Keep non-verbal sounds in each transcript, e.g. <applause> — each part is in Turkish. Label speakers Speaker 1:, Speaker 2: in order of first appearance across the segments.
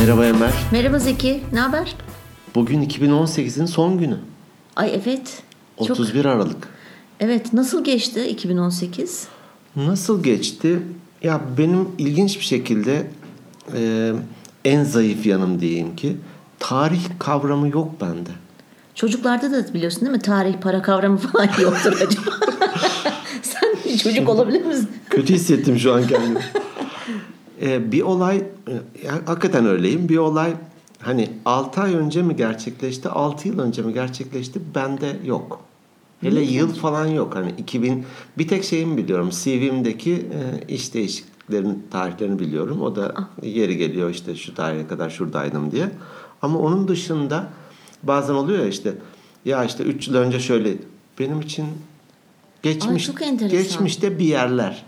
Speaker 1: Merhaba Ömer.
Speaker 2: Merhaba Zeki, ne haber?
Speaker 1: Bugün 2018'in son günü.
Speaker 2: Ay evet. Çok,
Speaker 1: 31 Aralık.
Speaker 2: evet, nasıl geçti 2018?
Speaker 1: Nasıl geçti? Ya benim ilginç bir şekilde e, en zayıf yanım diyeyim ki tarih kavramı yok bende.
Speaker 2: Çocuklarda da biliyorsun değil mi? Tarih, para kavramı <laughs> falan yoktur acaba. <laughs> Sen bir çocuk olabilir misin?
Speaker 1: Kötü hissettim şu an <laughs> kendimi. E, bir olay, e, ya hakikaten öyleyim. Bir olay hani 6 ay önce mi gerçekleşti, 6 yıl önce mi gerçekleşti bende yok. Hele yıl falan yok. Hani 2000 bir tek şeyimi biliyorum. CV'mdeki e, iş değişikliklerinin tarihlerini biliyorum. O da yeri geliyor işte şu tarihe kadar şuradaydım diye. Ama onun dışında bazen oluyor ya işte ya işte 3 yıl önce şöyle benim için geçmiş
Speaker 2: çok enteresan.
Speaker 1: geçmişte bir yerler.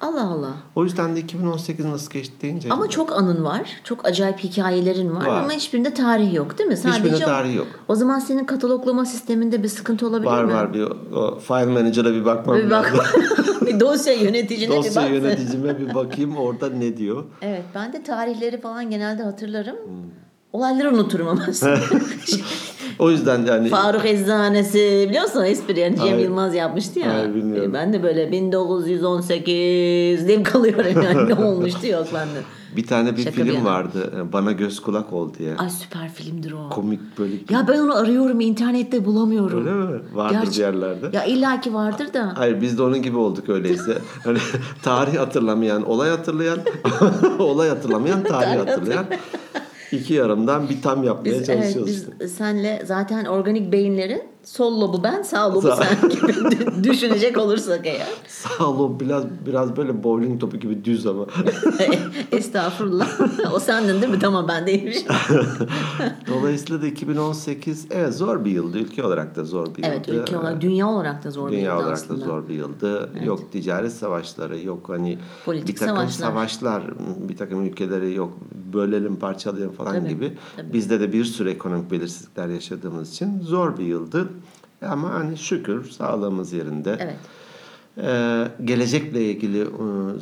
Speaker 2: Allah Allah.
Speaker 1: O yüzden de 2018 nasıl geçti deyince.
Speaker 2: Ama çok anın var, çok acayip hikayelerin var,
Speaker 1: Var.
Speaker 2: ama hiçbirinde tarih yok değil mi?
Speaker 1: Hiçbirinde
Speaker 2: o-
Speaker 1: tarih yok.
Speaker 2: O zaman senin kataloglama sisteminde bir sıkıntı olabilir
Speaker 1: var
Speaker 2: mi?
Speaker 1: var bir o, file manager'a bir bakmam
Speaker 2: Bir bak.
Speaker 1: lazım.
Speaker 2: <laughs> bir dosya yöneticine bir
Speaker 1: Dosya
Speaker 2: bak.
Speaker 1: yöneticime bir bakayım orada ne diyor.
Speaker 2: Evet ben de tarihleri falan genelde hatırlarım.
Speaker 1: Hmm.
Speaker 2: Olayları
Speaker 1: <laughs>
Speaker 2: unuturum ama.
Speaker 1: O yüzden hani yani
Speaker 2: Faruk Eczanesi biliyor musun o espri yani Cem
Speaker 1: Hayır.
Speaker 2: Yılmaz yapmıştı ya.
Speaker 1: Hayır, bilmiyorum.
Speaker 2: E, Ben de böyle 1918 deyip kalıyorum yani ne olmuştu yok bende.
Speaker 1: bir tane bir
Speaker 2: Şaka bir
Speaker 1: film
Speaker 2: yana.
Speaker 1: vardı. e, Bana göz kulak ol diye.
Speaker 2: Ay süper filmdir o.
Speaker 1: Komik böyle.
Speaker 2: ya ben onu arıyorum internette bulamıyorum.
Speaker 1: Öyle mi? Vardır bir yerlerde.
Speaker 2: Ya illaki vardır da.
Speaker 1: Hayır biz de onun gibi olduk
Speaker 2: <laughs>
Speaker 1: öyleyse. Hani tarih hatırlamayan, olay hatırlayan, <laughs> olay hatırlamayan, tarih hatırlayan. İki yarımdan bir tam yapmaya
Speaker 2: Biz, evet,
Speaker 1: çalışıyoruz.
Speaker 2: biz senle zaten organik beyinlerin sol lobu ben sağ lobu sen gibi dü- düşünecek olursak eğer. <laughs>
Speaker 1: Sağ ol biraz biraz böyle bowling topu gibi düz ama.
Speaker 2: Estağfurullah. o sendin değil mi? Tamam
Speaker 1: <laughs>
Speaker 2: ben değilmişim.
Speaker 1: Dolayısıyla da 2018 evet zor bir yıldı. Ülke olarak da zor bir
Speaker 2: Evet
Speaker 1: yıldı.
Speaker 2: ülke olarak, dünya olarak da zor bir
Speaker 1: Dünya
Speaker 2: yıldı
Speaker 1: olarak
Speaker 2: aslında.
Speaker 1: da zor bir yıldı. Yok ticaret savaşları, yok hani
Speaker 2: Politik
Speaker 1: bir takım
Speaker 2: savaşlar.
Speaker 1: savaşlar, bir takım ülkeleri yok bölelim parçalayalım falan
Speaker 2: Tabii,
Speaker 1: gibi.
Speaker 2: tabii.
Speaker 1: Bizde de bir sürü ekonomik belirsizlikler yaşadığımız için zor bir yıldı. Ama hani şükür sağlığımız yerinde.
Speaker 2: Evet.
Speaker 1: Ee, gelecekle ilgili e,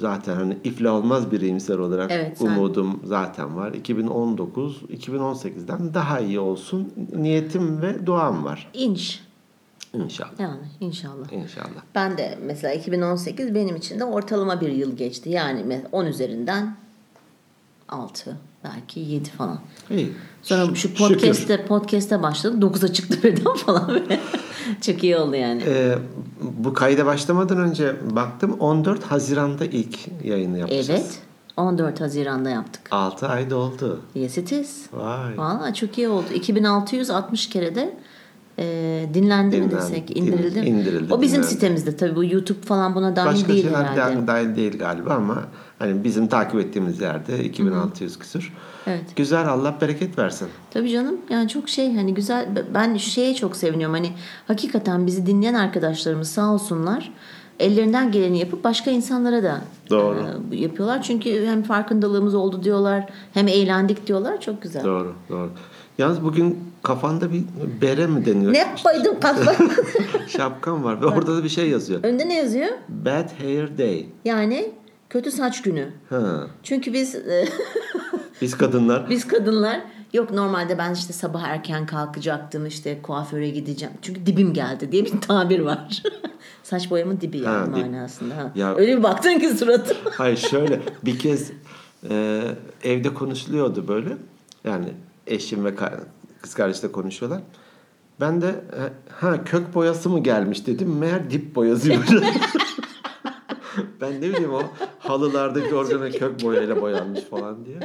Speaker 1: zaten hani iflah olmaz bir iyimser olarak
Speaker 2: Evet, sen-
Speaker 1: umudum zaten var. 2019, 2018'den daha iyi olsun niyetim ve duam var.
Speaker 2: İnş.
Speaker 1: İnşallah.
Speaker 2: Yani inşallah.
Speaker 1: İnşallah.
Speaker 2: Ben de mesela 2018 benim için de ortalama bir yıl geçti. Yani me- 10 üzerinden 6 belki 7 falan.
Speaker 1: İyi.
Speaker 2: Sonra
Speaker 1: Şü-
Speaker 2: şu
Speaker 1: şükür.
Speaker 2: podcast'te podcast'te başladım. 9'a çıktı <laughs> birden falan böyle. Çok iyi oldu yani.
Speaker 1: Ee, bu kayda başlamadan önce baktım 14 Haziran'da ilk yayını yapacağız.
Speaker 2: Evet. 14 Haziran'da yaptık.
Speaker 1: 6 ayda oldu.
Speaker 2: Yes it is.
Speaker 1: Vay.
Speaker 2: Valla çok iyi oldu. 2660 kere de e, dinlendi mi
Speaker 1: Dinlendi,
Speaker 2: desek?
Speaker 1: din-
Speaker 2: İndirildi mi?
Speaker 1: indirildi,
Speaker 2: O bizim
Speaker 1: dinlendi.
Speaker 2: sitemizde tabii bu YouTube falan buna dahil
Speaker 1: Başka
Speaker 2: değil
Speaker 1: şeyler
Speaker 2: herhalde.
Speaker 1: da- dahil değil galiba ama hani bizim takip ettiğimiz yerde 2600 küsür.
Speaker 2: Evet.
Speaker 1: Güzel Allah bereket versin.
Speaker 2: Tabii canım yani çok şey hani güzel ben şeye çok seviniyorum hani hakikaten bizi dinleyen arkadaşlarımız sağ olsunlar ellerinden geleni yapıp başka insanlara da
Speaker 1: Doğru.
Speaker 2: e, yapıyorlar. Çünkü hem farkındalığımız oldu diyorlar hem eğlendik diyorlar çok güzel.
Speaker 1: Doğru, doğru. Yalnız bugün kafanda bir bere mi deniyor?
Speaker 2: Ne yapaydım <laughs> kafam?
Speaker 1: <laughs> Şapkan var ve orada da bir şey yazıyor.
Speaker 2: Önde ne yazıyor?
Speaker 1: Bad hair day.
Speaker 2: Yani kötü saç günü.
Speaker 1: Ha.
Speaker 2: Çünkü biz e, <laughs>
Speaker 1: Biz kadınlar
Speaker 2: biz kadınlar yok normalde ben işte sabah erken kalkacaktım işte kuaföre gideceğim. Çünkü dibim geldi diye bir tabir var. <laughs> Saç boyamın dibi yani
Speaker 1: Ha, dip.
Speaker 2: manasında. Ha.
Speaker 1: Ya-
Speaker 2: Öyle bir baktın ki
Speaker 1: <laughs>
Speaker 2: suratıma.
Speaker 1: Hayır şöyle bir kez e, evde konuşuluyordu böyle. Yani eşim ve ka- kız kardeşle konuşuyorlar. Ben de e, ha kök boyası mı gelmiş dedim. Meğer dip boyasıymış. <laughs> ben ne bileyim o halılardaki organa kök boyayla boyanmış falan diye.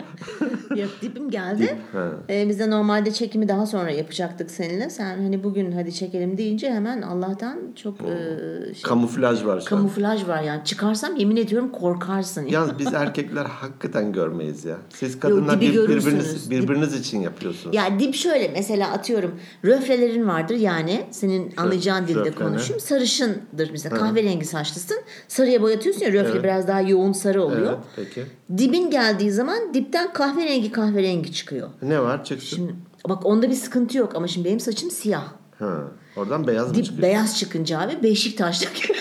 Speaker 2: Yok dibim geldi.
Speaker 1: Ha.
Speaker 2: Ee, biz de normalde çekimi daha sonra yapacaktık seninle. Sen hani bugün hadi çekelim deyince hemen Allah'tan çok e, şey,
Speaker 1: Kamuflaj var şu an.
Speaker 2: kamuflaj var yani. Çıkarsam yemin ediyorum korkarsın. ya.
Speaker 1: Yalnız biz erkekler hakikaten görmeyiz ya. Siz
Speaker 2: dibi
Speaker 1: kadınlar bir-
Speaker 2: görürsünüz.
Speaker 1: birbiriniz,
Speaker 2: Dip-
Speaker 1: birbiriniz için yapıyorsunuz.
Speaker 2: Ya dip şöyle mesela atıyorum röflelerin vardır yani senin anlayacağın dilde
Speaker 1: röflene.
Speaker 2: konuşayım sarışındır mesela kahverengi saçlısın sarıya boyatıyorsun ya röfle biraz daha yoğun sarı oluyor.
Speaker 1: Evet, peki.
Speaker 2: Dibin geldiği zaman dipten kahverengi kahverengi çıkıyor.
Speaker 1: Ne var çıksın?
Speaker 2: Şimdi, bak onda bir sıkıntı yok ama şimdi benim saçım siyah.
Speaker 1: Ha, oradan beyaz mı
Speaker 2: Dip
Speaker 1: çıkıyor?
Speaker 2: beyaz çıkınca abi Beşiktaş'taki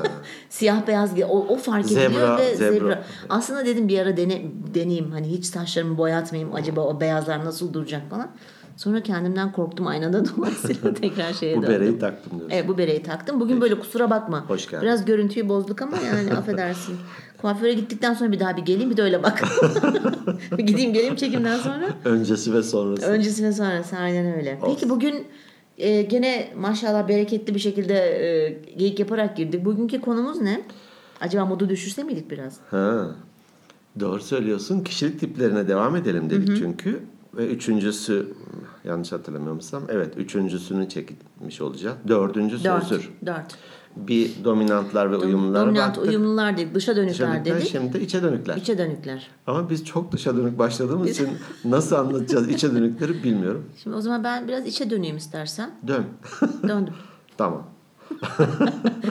Speaker 2: <laughs> siyah beyaz ge- o, o fark
Speaker 1: Zebra,
Speaker 2: ediliyor ve
Speaker 1: zebra.
Speaker 2: zebra. Aslında dedim bir ara dene, deneyeyim hani hiç saçlarımı boyatmayayım acaba o beyazlar nasıl duracak falan. Sonra kendimden korktum aynada <laughs> dolayısıyla tekrar şeye
Speaker 1: Bu
Speaker 2: döndüm.
Speaker 1: bereyi taktım diyorsun.
Speaker 2: Evet bu bereyi taktım. Bugün böyle kusura bakma.
Speaker 1: Hoş geldin.
Speaker 2: Biraz görüntüyü bozduk ama
Speaker 1: <laughs>
Speaker 2: yani affedersin. Kuaföre gittikten sonra bir daha bir geleyim bir de öyle bak. <laughs> bir gideyim geleyim çekimden sonra.
Speaker 1: Öncesi ve sonrası.
Speaker 2: Öncesi ve sonrası aynen öyle.
Speaker 1: Olsun.
Speaker 2: Peki bugün e, gene maşallah bereketli bir şekilde e, geyik yaparak girdik. Bugünkü konumuz ne? Acaba modu düşürse miydik biraz?
Speaker 1: Ha. Doğru söylüyorsun. Kişilik tiplerine devam edelim dedik çünkü. Ve üçüncüsü yanlış hatırlamıyorsam evet üçüncüsünü çekilmiş olacağız. Dördüncüsü özür.
Speaker 2: Dört.
Speaker 1: Bir dominantlar ve uyumlulara
Speaker 2: Dominant
Speaker 1: baktık.
Speaker 2: uyumlular dedik. Dışa
Speaker 1: Dışa
Speaker 2: dönükler
Speaker 1: dönükler, şey
Speaker 2: dedik.
Speaker 1: şimdi de içe dönükler.
Speaker 2: İçe dönükler.
Speaker 1: Ama biz çok dışa dönük başladığımız için nasıl anlatacağız içe dönükleri bilmiyorum.
Speaker 2: Şimdi o zaman ben biraz içe döneyim istersen.
Speaker 1: Dön. <laughs>
Speaker 2: Döndüm. <laughs>
Speaker 1: tamam.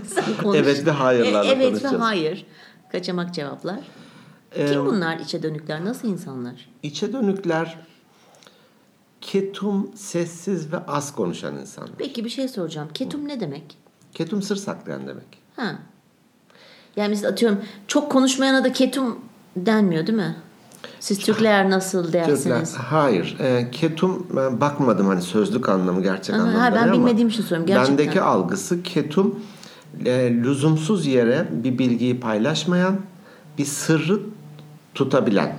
Speaker 2: Sen konuş.
Speaker 1: Evet ve hayırlarla
Speaker 2: E, evet ve
Speaker 1: konuşacağız.
Speaker 2: hayır. Kaçamak cevaplar. Kim bunlar içe dönükler? Nasıl insanlar?
Speaker 1: İçe dönükler ketum, sessiz ve az konuşan insanlar.
Speaker 2: Peki bir şey soracağım. Ketum ne demek?
Speaker 1: Ketum sır saklayan demek.
Speaker 2: Ha. Yani mesela atıyorum çok konuşmayana da ketum denmiyor değil mi? Siz Türkler nasıl
Speaker 1: Türkler,
Speaker 2: dersiniz?
Speaker 1: hayır. E, ketum ben bakmadım hani sözlük anlamı gerçek
Speaker 2: Aha,
Speaker 1: anlamda.
Speaker 2: ha, ben
Speaker 1: ne ama
Speaker 2: bilmediğim için soruyorum, gerçekten.
Speaker 1: Bendeki algısı ketum e, lüzumsuz yere bir bilgiyi paylaşmayan, bir sırrı tutabilen.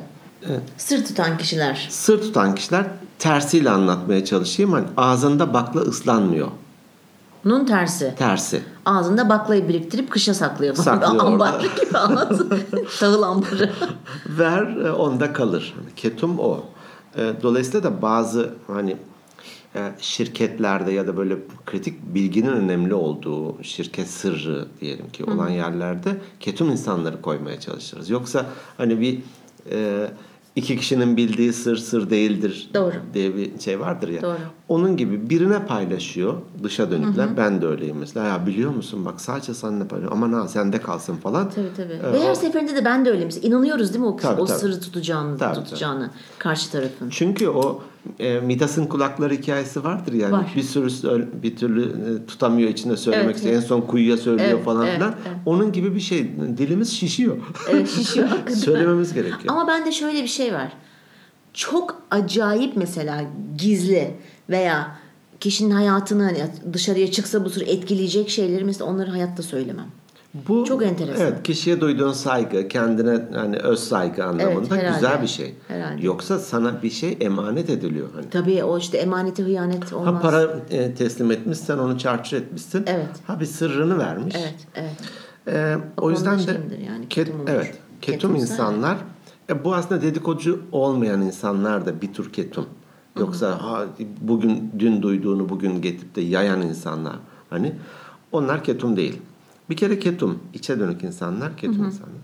Speaker 2: Sır tutan kişiler.
Speaker 1: Sır tutan kişiler tersiyle anlatmaya çalışayım. Hani ağzında bakla ıslanmıyor.
Speaker 2: Bunun tersi.
Speaker 1: Tersi.
Speaker 2: Ağzında baklayı biriktirip kışa saklıyor.
Speaker 1: Saklıyor
Speaker 2: Ambar gibi ağzı.
Speaker 1: <laughs>
Speaker 2: Tahıl ambarı.
Speaker 1: Ver e, onda kalır. Hani Ketum o. E, Dolayısıyla da bazı hani e, şirketlerde ya da böyle kritik bilginin önemli olduğu şirket sırrı diyelim ki olan yerlerde ketum insanları koymaya çalışırız. Yoksa hani bir e, iki kişinin bildiği sır sır değildir
Speaker 2: Doğru.
Speaker 1: diye bir şey vardır ya.
Speaker 2: Doğru.
Speaker 1: Onun gibi birine paylaşıyor dışa dönükler. Ben de öyleyim mesela. Ya biliyor musun bak sadece seninle paylaşıyorum. Aman ha sende kalsın falan.
Speaker 2: Tabii tabii.
Speaker 1: E,
Speaker 2: Ve her
Speaker 1: o-
Speaker 2: seferinde de ben de öyleyim. İnanıyoruz değil mi o,
Speaker 1: Tabii,
Speaker 2: o
Speaker 1: tabii.
Speaker 2: sırrı tutacağını,
Speaker 1: Tabii,
Speaker 2: tutacağını karşı
Speaker 1: <laughs>
Speaker 2: tarafın.
Speaker 1: Çünkü o e, Midas'ın kulakları hikayesi vardır yani.
Speaker 2: Var.
Speaker 1: Bir sürü sö- bir türlü e, tutamıyor içinde söylemek
Speaker 2: Evet,
Speaker 1: istiyor. En son kuyuya söylüyor
Speaker 2: Evet,
Speaker 1: falan
Speaker 2: evet,
Speaker 1: filan.
Speaker 2: evet.
Speaker 1: Onun gibi bir şey. Dilimiz şişiyor.
Speaker 2: Evet şişiyor.
Speaker 1: Söylememiz gerekiyor.
Speaker 2: Ama bende şöyle bir şey var. Çok acayip mesela gizli veya kişinin hayatını hani dışarıya çıksa bu tür etkileyecek şeyleri mesela onları hayatta söylemem.
Speaker 1: Bu
Speaker 2: Çok enteresan.
Speaker 1: Evet, kişiye duyduğun saygı, kendine hani öz saygı anlamında
Speaker 2: herhalde.
Speaker 1: güzel bir şey.
Speaker 2: Herhalde.
Speaker 1: Yoksa sana bir şey emanet ediliyor hani.
Speaker 2: Tabii o işte emanete hıyanet olmaz.
Speaker 1: Ha para e, teslim etmişsen onu çarçur etmişsin.
Speaker 2: Evet.
Speaker 1: Ha bir sırrını vermiş.
Speaker 2: Evet, evet.
Speaker 1: Ee, o
Speaker 2: konuda
Speaker 1: yüzden de
Speaker 2: şeyimdir yani,
Speaker 1: ket-
Speaker 2: ketumumdur.
Speaker 1: evet ketum
Speaker 2: Ketumsa-
Speaker 1: insanlar e, bu aslında dedikoducu olmayan insanlar da bir tür ketum. Yoksa ha, bugün dün duyduğunu bugün getirip de yayan insanlar hani onlar ketum değil. Bir kere ketum içe dönük insanlar ketum insanlar.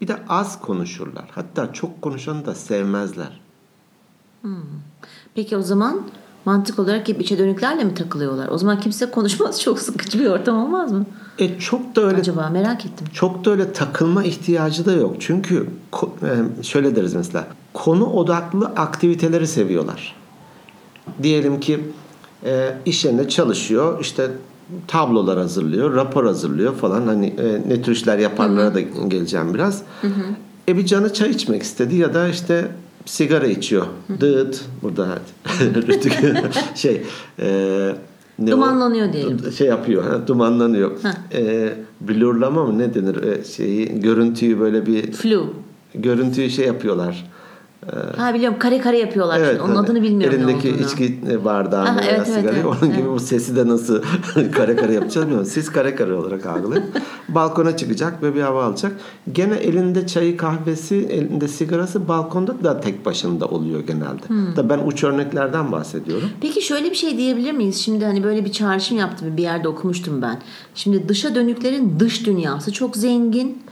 Speaker 1: Bir de az konuşurlar. Hatta çok konuşanı da sevmezler.
Speaker 2: Peki o zaman mantık olarak hep içe dönüklerle mi takılıyorlar? O zaman kimse konuşmaz. <laughs> Çok sıkıcı bir ortam olmaz mı?
Speaker 1: E çok da öyle
Speaker 2: Acaba merak ettim.
Speaker 1: çok da öyle takılma ihtiyacı da yok. Çünkü ko- e, şöyle deriz mesela konu odaklı aktiviteleri seviyorlar. Diyelim ki e, iş yerinde çalışıyor işte tablolar hazırlıyor, rapor hazırlıyor falan hani e, ne tür işler yaparlara da geleceğim biraz. E bir canı çay içmek istedi ya da işte sigara içiyor. Dıt burada hadi. <laughs> Rütük- şey e, ne o?
Speaker 2: Dumanlanıyor diyelim.
Speaker 1: şey yapıyor. Ha, dumanlanıyor. Ee, blurlama mı ne denir? Ee, şeyi görüntüyü böyle bir
Speaker 2: Flu.
Speaker 1: görüntüyü şey yapıyorlar.
Speaker 2: Ha biliyorum kare kare yapıyorlar. şimdi. Onun
Speaker 1: hani
Speaker 2: adını bilmiyorum
Speaker 1: Elindeki
Speaker 2: ne olduğunu.
Speaker 1: içki bardağını
Speaker 2: Aha,
Speaker 1: veya
Speaker 2: evet, evet,
Speaker 1: sigarayı
Speaker 2: evet,
Speaker 1: onun gibi bu sesi de nasıl <laughs> kare kare yapacağız bilmiyorum. Siz kare kare olarak algılayın. Balkona çıkacak ve bir hava alacak. Gene elinde çayı kahvesi, elinde sigarası balkonda da tek başında oluyor genelde.
Speaker 2: Hmm.
Speaker 1: Da ben uç örneklerden bahsediyorum.
Speaker 2: Peki şöyle bir şey diyebilir miyiz? Şimdi hani böyle bir çağrışım yaptım bir yerde okumuştum ben. Şimdi dışa dönüklerin dış dünyası çok zengin.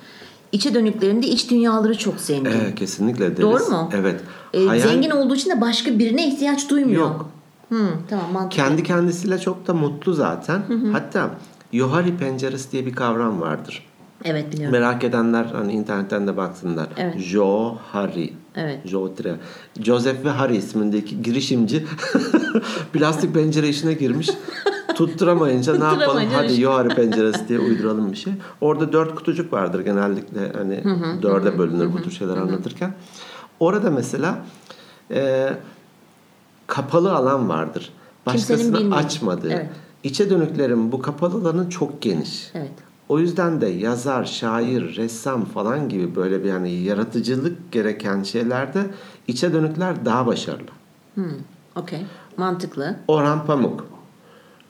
Speaker 2: İçe dönüklerin de iç dünyaları çok zengin.
Speaker 1: Ee, kesinlikle deriz.
Speaker 2: Doğru mu?
Speaker 1: Evet.
Speaker 2: Ee,
Speaker 1: Hayal-
Speaker 2: Zengin olduğu için de başka birine ihtiyaç duymuyor.
Speaker 1: Yok.
Speaker 2: Hı, tamam mantıklı.
Speaker 1: Kendi kendisiyle çok da mutlu zaten. Hatta Yohari penceresi diye bir kavram vardır.
Speaker 2: Evet biliyorum.
Speaker 1: Merak edenler hani internetten de baksınlar.
Speaker 2: Evet.
Speaker 1: Johari.
Speaker 2: Evet.
Speaker 1: Jotre. <laughs>
Speaker 2: <laughs>
Speaker 1: Joseph ve Harry ismindeki girişimci plastik pencere işine girmiş. tutturamayınca ne yapalım
Speaker 2: Tutturamayınca
Speaker 1: hadi
Speaker 2: işte.
Speaker 1: yuharı penceresi diye uyduralım bir şey. Orada dört kutucuk vardır genellikle hani dörde bölünür bu tür şeyler anlatırken. Orada mesela e, kapalı alan vardır.
Speaker 2: Kimsenin
Speaker 1: Başkasının
Speaker 2: bilmediği.
Speaker 1: açmadığı.
Speaker 2: Evet.
Speaker 1: İçe dönüklerin bu kapalı alanı çok geniş.
Speaker 2: Evet.
Speaker 1: O yüzden de yazar, şair, ressam falan gibi böyle bir yani yaratıcılık gereken şeylerde içe dönükler daha başarılı.
Speaker 2: Hmm. Okey. Mantıklı.
Speaker 1: Orhan Pamuk.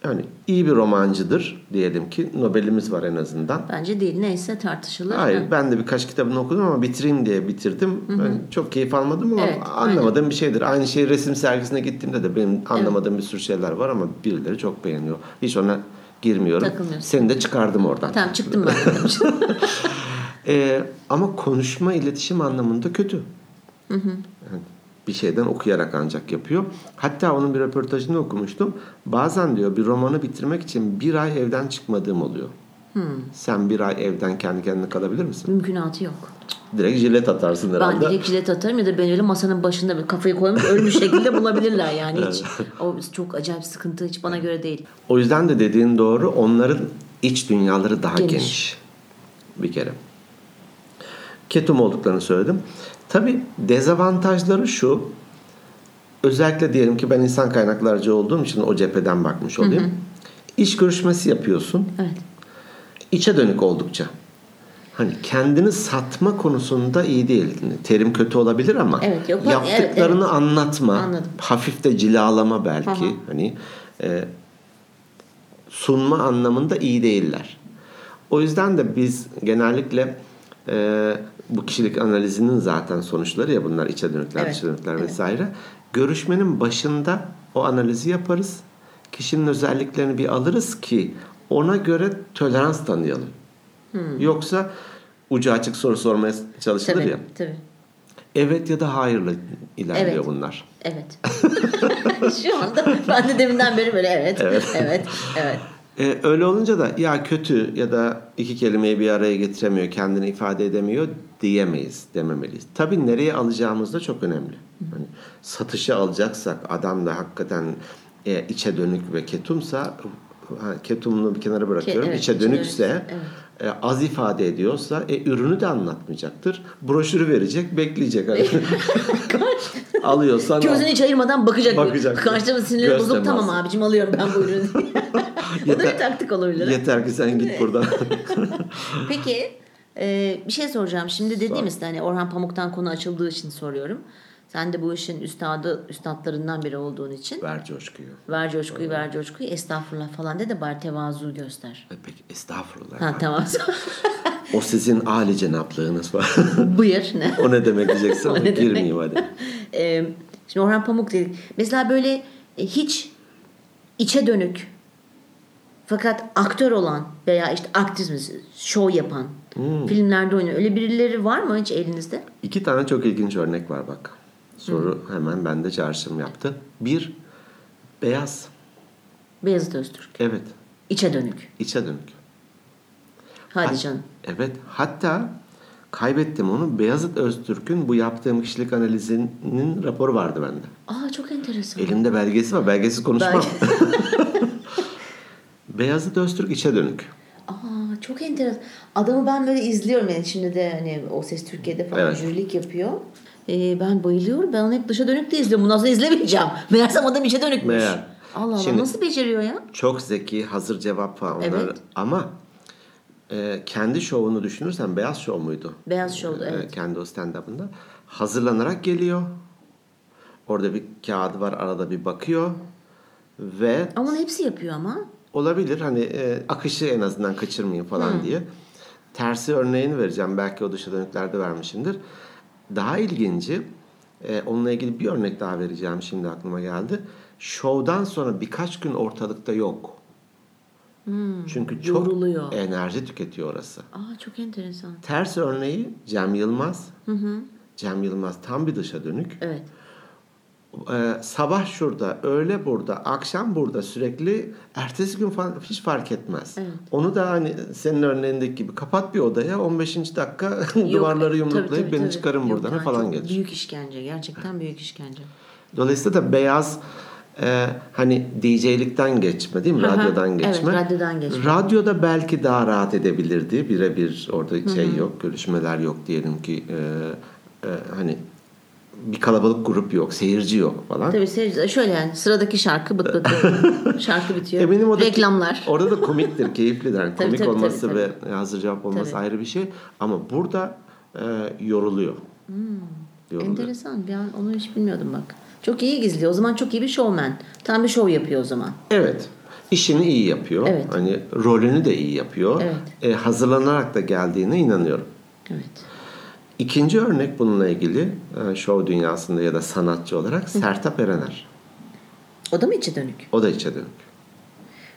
Speaker 1: Yani iyi bir romancıdır diyelim ki Nobel'imiz var en azından.
Speaker 2: Bence değil. Neyse tartışılır.
Speaker 1: Hayır ben de birkaç kitabını okudum ama bitireyim diye bitirdim. Ben çok keyif almadım ama
Speaker 2: Evet,
Speaker 1: anlamadığım bir şeydir. Aynı şey resim sergisine gittiğimde de benim anlamadığım bir sürü şeyler var ama birileri çok beğeniyor. Hiç ona girmiyorum.
Speaker 2: Takılmıyorsun.
Speaker 1: Seni de çıkardım oradan.
Speaker 2: Tamam
Speaker 1: <laughs>
Speaker 2: çıktım ben.
Speaker 1: Ee, ama konuşma iletişim anlamında kötü. Yani bir şeyden okuyarak ancak yapıyor. Hatta onun bir röportajını okumuştum. Bazen diyor bir romanı bitirmek için bir ay evden çıkmadığım oluyor. Sen bir ay evden kendi kendine kalabilir misin?
Speaker 2: Mümkünatı yok.
Speaker 1: Direkt jilet atarsın herhalde.
Speaker 2: Ben direkt jilet atarım ya da beni öyle masanın başında böyle kafayı koymuş ölmüş şekilde bulabilirler yani.
Speaker 1: <laughs>
Speaker 2: Hiç, o çok acayip sıkıntı. Hiç bana göre değil.
Speaker 1: O yüzden de dediğin doğru onların iç dünyaları daha geniş.
Speaker 2: Geniş.
Speaker 1: Bir kere. Ketum olduklarını söyledim. Tabi dezavantajları şu. Özellikle diyelim ki ben insan kaynaklarcı olduğum için o cepheden bakmış olayım. İş görüşmesi yapıyorsun.
Speaker 2: Evet.
Speaker 1: İçe dönük oldukça. Hani kendini satma konusunda iyi değil. Hani Terim kötü olabilir ama
Speaker 2: Evet, yok. Evet,
Speaker 1: yaptıklarını anlatma.
Speaker 2: Anladım.
Speaker 1: Hafif de cilalama belki.
Speaker 2: Aha.
Speaker 1: Hani e, sunma anlamında iyi değiller. O yüzden de biz genellikle e, bu kişilik analizinin zaten sonuçları ya bunlar içe dönükler,
Speaker 2: Evet,
Speaker 1: dışa dönükler vesaire. Görüşmenin başında o analizi yaparız. Kişinin özelliklerini bir alırız ki ona göre tolerans tanıyalım.
Speaker 2: Hmm.
Speaker 1: Yoksa ucu açık soru sormaya çalışılır
Speaker 2: Tabii.
Speaker 1: ya.
Speaker 2: Tabii.
Speaker 1: Evet ya da hayırla ilerliyor
Speaker 2: Evet.
Speaker 1: bunlar.
Speaker 2: Evet. <laughs> Şu anda ben de deminden beri böyle evet. Evet. Evet.
Speaker 1: <laughs>
Speaker 2: evet.
Speaker 1: E, öyle olunca da ya kötü ya da iki kelimeyi bir araya getiremiyor, kendini ifade edemiyor diyemeyiz, dememeliyiz. Tabii nereye alacağımız da çok önemli. Hani satışa alacaksak adam da hakikaten e, içe dönük ve ketumsa ha, ketumunu bir kenara bırakıyorum.
Speaker 2: evet,
Speaker 1: içe
Speaker 2: içe
Speaker 1: dönükse
Speaker 2: dönükse,
Speaker 1: e, az ifade ediyorsa e, ürünü de anlatmayacaktır. Broşürü verecek, bekleyecek. Hani
Speaker 2: <laughs>
Speaker 1: Alıyorsan al.
Speaker 2: Gözünü hiç ayırmadan bakacak.
Speaker 1: Bakacak.
Speaker 2: Karşıma sinirleri
Speaker 1: Göz
Speaker 2: bozuk. Tamam
Speaker 1: teması.
Speaker 2: abicim alıyorum ben bu
Speaker 1: <laughs>
Speaker 2: ürünü. Bu da
Speaker 1: Yeter-
Speaker 2: bir taktik olabilir.
Speaker 1: Yeter ki sen git
Speaker 2: <laughs>
Speaker 1: buradan.
Speaker 2: Peki e, bir şey soracağım. Şimdi dediğimiz hani Orhan Pamuk'tan konu açıldığı için soruyorum. Sen de bu işin üstadı, üstadlarından biri olduğun için.
Speaker 1: Ver coşkuyu.
Speaker 2: Ver coşkuyu, ver coşkuyu, estağfurullah falan de de bari tevazu göster.
Speaker 1: E, Peki estağfurullah.
Speaker 2: Ha tamam.
Speaker 1: O sizin âli cenaplığınız var.
Speaker 2: <laughs>
Speaker 1: <laughs>
Speaker 2: Buyur ne?
Speaker 1: o ne demek diyeceksin ama
Speaker 2: O ne demek?
Speaker 1: girmeyeyim hadi.
Speaker 2: E, şimdi Orhan Pamuk dedik. Mesela böyle e, hiç içe dönük fakat aktör olan veya işte aktivist, show yapan, filmlerde oynayan öyle birileri var mı hiç elinizde?
Speaker 1: İki tane çok ilginç örnek var bak. Soru hemen bende çağrışım yaptı. Bir, beyaz.
Speaker 2: Beyazıt Öztürk.
Speaker 1: Evet,
Speaker 2: İçe dönük.
Speaker 1: içe dönük.
Speaker 2: Hadi
Speaker 1: Hat-
Speaker 2: canım.
Speaker 1: Evet, hatta kaybettim onu. Beyazıt Öztürk'ün bu yaptığım kişilik analizinin raporu vardı bende.
Speaker 2: Aa çok enteresan.
Speaker 1: Elimde belgesi var, belgesiz konuşmam.
Speaker 2: Belge-
Speaker 1: <laughs> Beyazıt Öztürk içe dönük.
Speaker 2: Aa çok enteresan. Adamı ben böyle izliyorum yani şimdi de hani O Ses Türkiye'de falan
Speaker 1: Evet.
Speaker 2: jürilik yapıyor. Ee, ben bayılıyorum. Ben onu hep dışa dönük de izliyorum. Bundan sonra izlemeyeceğim. <laughs> Meğersem adam içe dönükmüş.
Speaker 1: Meğer.
Speaker 2: Allah Allah
Speaker 1: Şimdi-
Speaker 2: nasıl beceriyor ya?
Speaker 1: Çok zeki, hazır cevap var onlar.
Speaker 2: Evet.
Speaker 1: Ama e, kendi şovunu düşünürsen Beyaz Şov muydu? E,
Speaker 2: Beyaz Şov'da, evet.
Speaker 1: kendi o stand-up'ında. Hazırlanarak geliyor. Orada bir kağıdı var arada bir bakıyor. Ve
Speaker 2: Ama onu hepsi yapıyor ama.
Speaker 1: olabilir hani e, akışı en azından kaçırmayayım falan diye. Tersi örneğini vereceğim. Belki o dışa dönüklerde vermişimdir. Daha ilginci e, onunla ilgili bir örnek daha vereceğim şimdi aklıma geldi. Şovdan sonra birkaç gün ortalıkta yok. Çünkü çok
Speaker 2: yoruluyor.
Speaker 1: enerji tüketiyor orası.
Speaker 2: Aa çok enteresan.
Speaker 1: Ters örneği Cem Yılmaz. Cem Yılmaz tam bir dışa dönük. <laughs>
Speaker 2: Evet.
Speaker 1: Ee, sabah şurada, öğle burada, akşam burada sürekli, ertesi gün falan hiç fark etmez.
Speaker 2: Evet.
Speaker 1: Onu da hani senin örneğindeki gibi kapat bir odaya 15. dakika <laughs> duvarları
Speaker 2: Yok, e,
Speaker 1: yumruklayıp
Speaker 2: tabii, tabii,
Speaker 1: beni
Speaker 2: tabii.
Speaker 1: çıkarın
Speaker 2: Yok,
Speaker 1: buradan
Speaker 2: ha,
Speaker 1: falan
Speaker 2: çok
Speaker 1: gelir.
Speaker 2: Büyük işkence. Gerçekten büyük işkence.
Speaker 1: Dolayısıyla da beyaz e, hani DJ'likten geçme değil mi?
Speaker 2: Aha,
Speaker 1: Radyodan geçme.
Speaker 2: evet, radyodan geçme.
Speaker 1: Radyoda belki daha rahat edebilirdi. Birebir orada şey yok, görüşmeler yok diyelim ki e, e, hani bir kalabalık grup yok, seyirci yok falan.
Speaker 2: Tabii seyirciler şöyle yani sıradaki şarkı bıt bıt
Speaker 1: <laughs>
Speaker 2: bıt. şarkı bitiyor.
Speaker 1: Eminim o da-
Speaker 2: Reklamlar.
Speaker 1: E, Orada da
Speaker 2: <laughs>
Speaker 1: komiktir, keyiflidir. Yani
Speaker 2: Tabii,
Speaker 1: komik
Speaker 2: tabii,
Speaker 1: olması
Speaker 2: tabii,
Speaker 1: ve hazır cevap olması
Speaker 2: Tabii.
Speaker 1: ayrı bir şey. Ama burada e, yoruluyor.
Speaker 2: Hmm.
Speaker 1: Yoruluyor.
Speaker 2: Enteresan. Ben onu hiç bilmiyordum bak. Çok iyi gizliyor. O zaman çok iyi bir şovmen. Tam bir şov yapıyor o zaman.
Speaker 1: Evet. İşini iyi yapıyor.
Speaker 2: Evet.
Speaker 1: Hani rolünü de iyi yapıyor.
Speaker 2: Evet.
Speaker 1: E, hazırlanarak da geldiğine inanıyorum.
Speaker 2: Evet.
Speaker 1: İkinci örnek bununla ilgili e, şov dünyasında ya da sanatçı olarak Sertab Erener.
Speaker 2: O da mı içe dönük?
Speaker 1: O da içe dönük.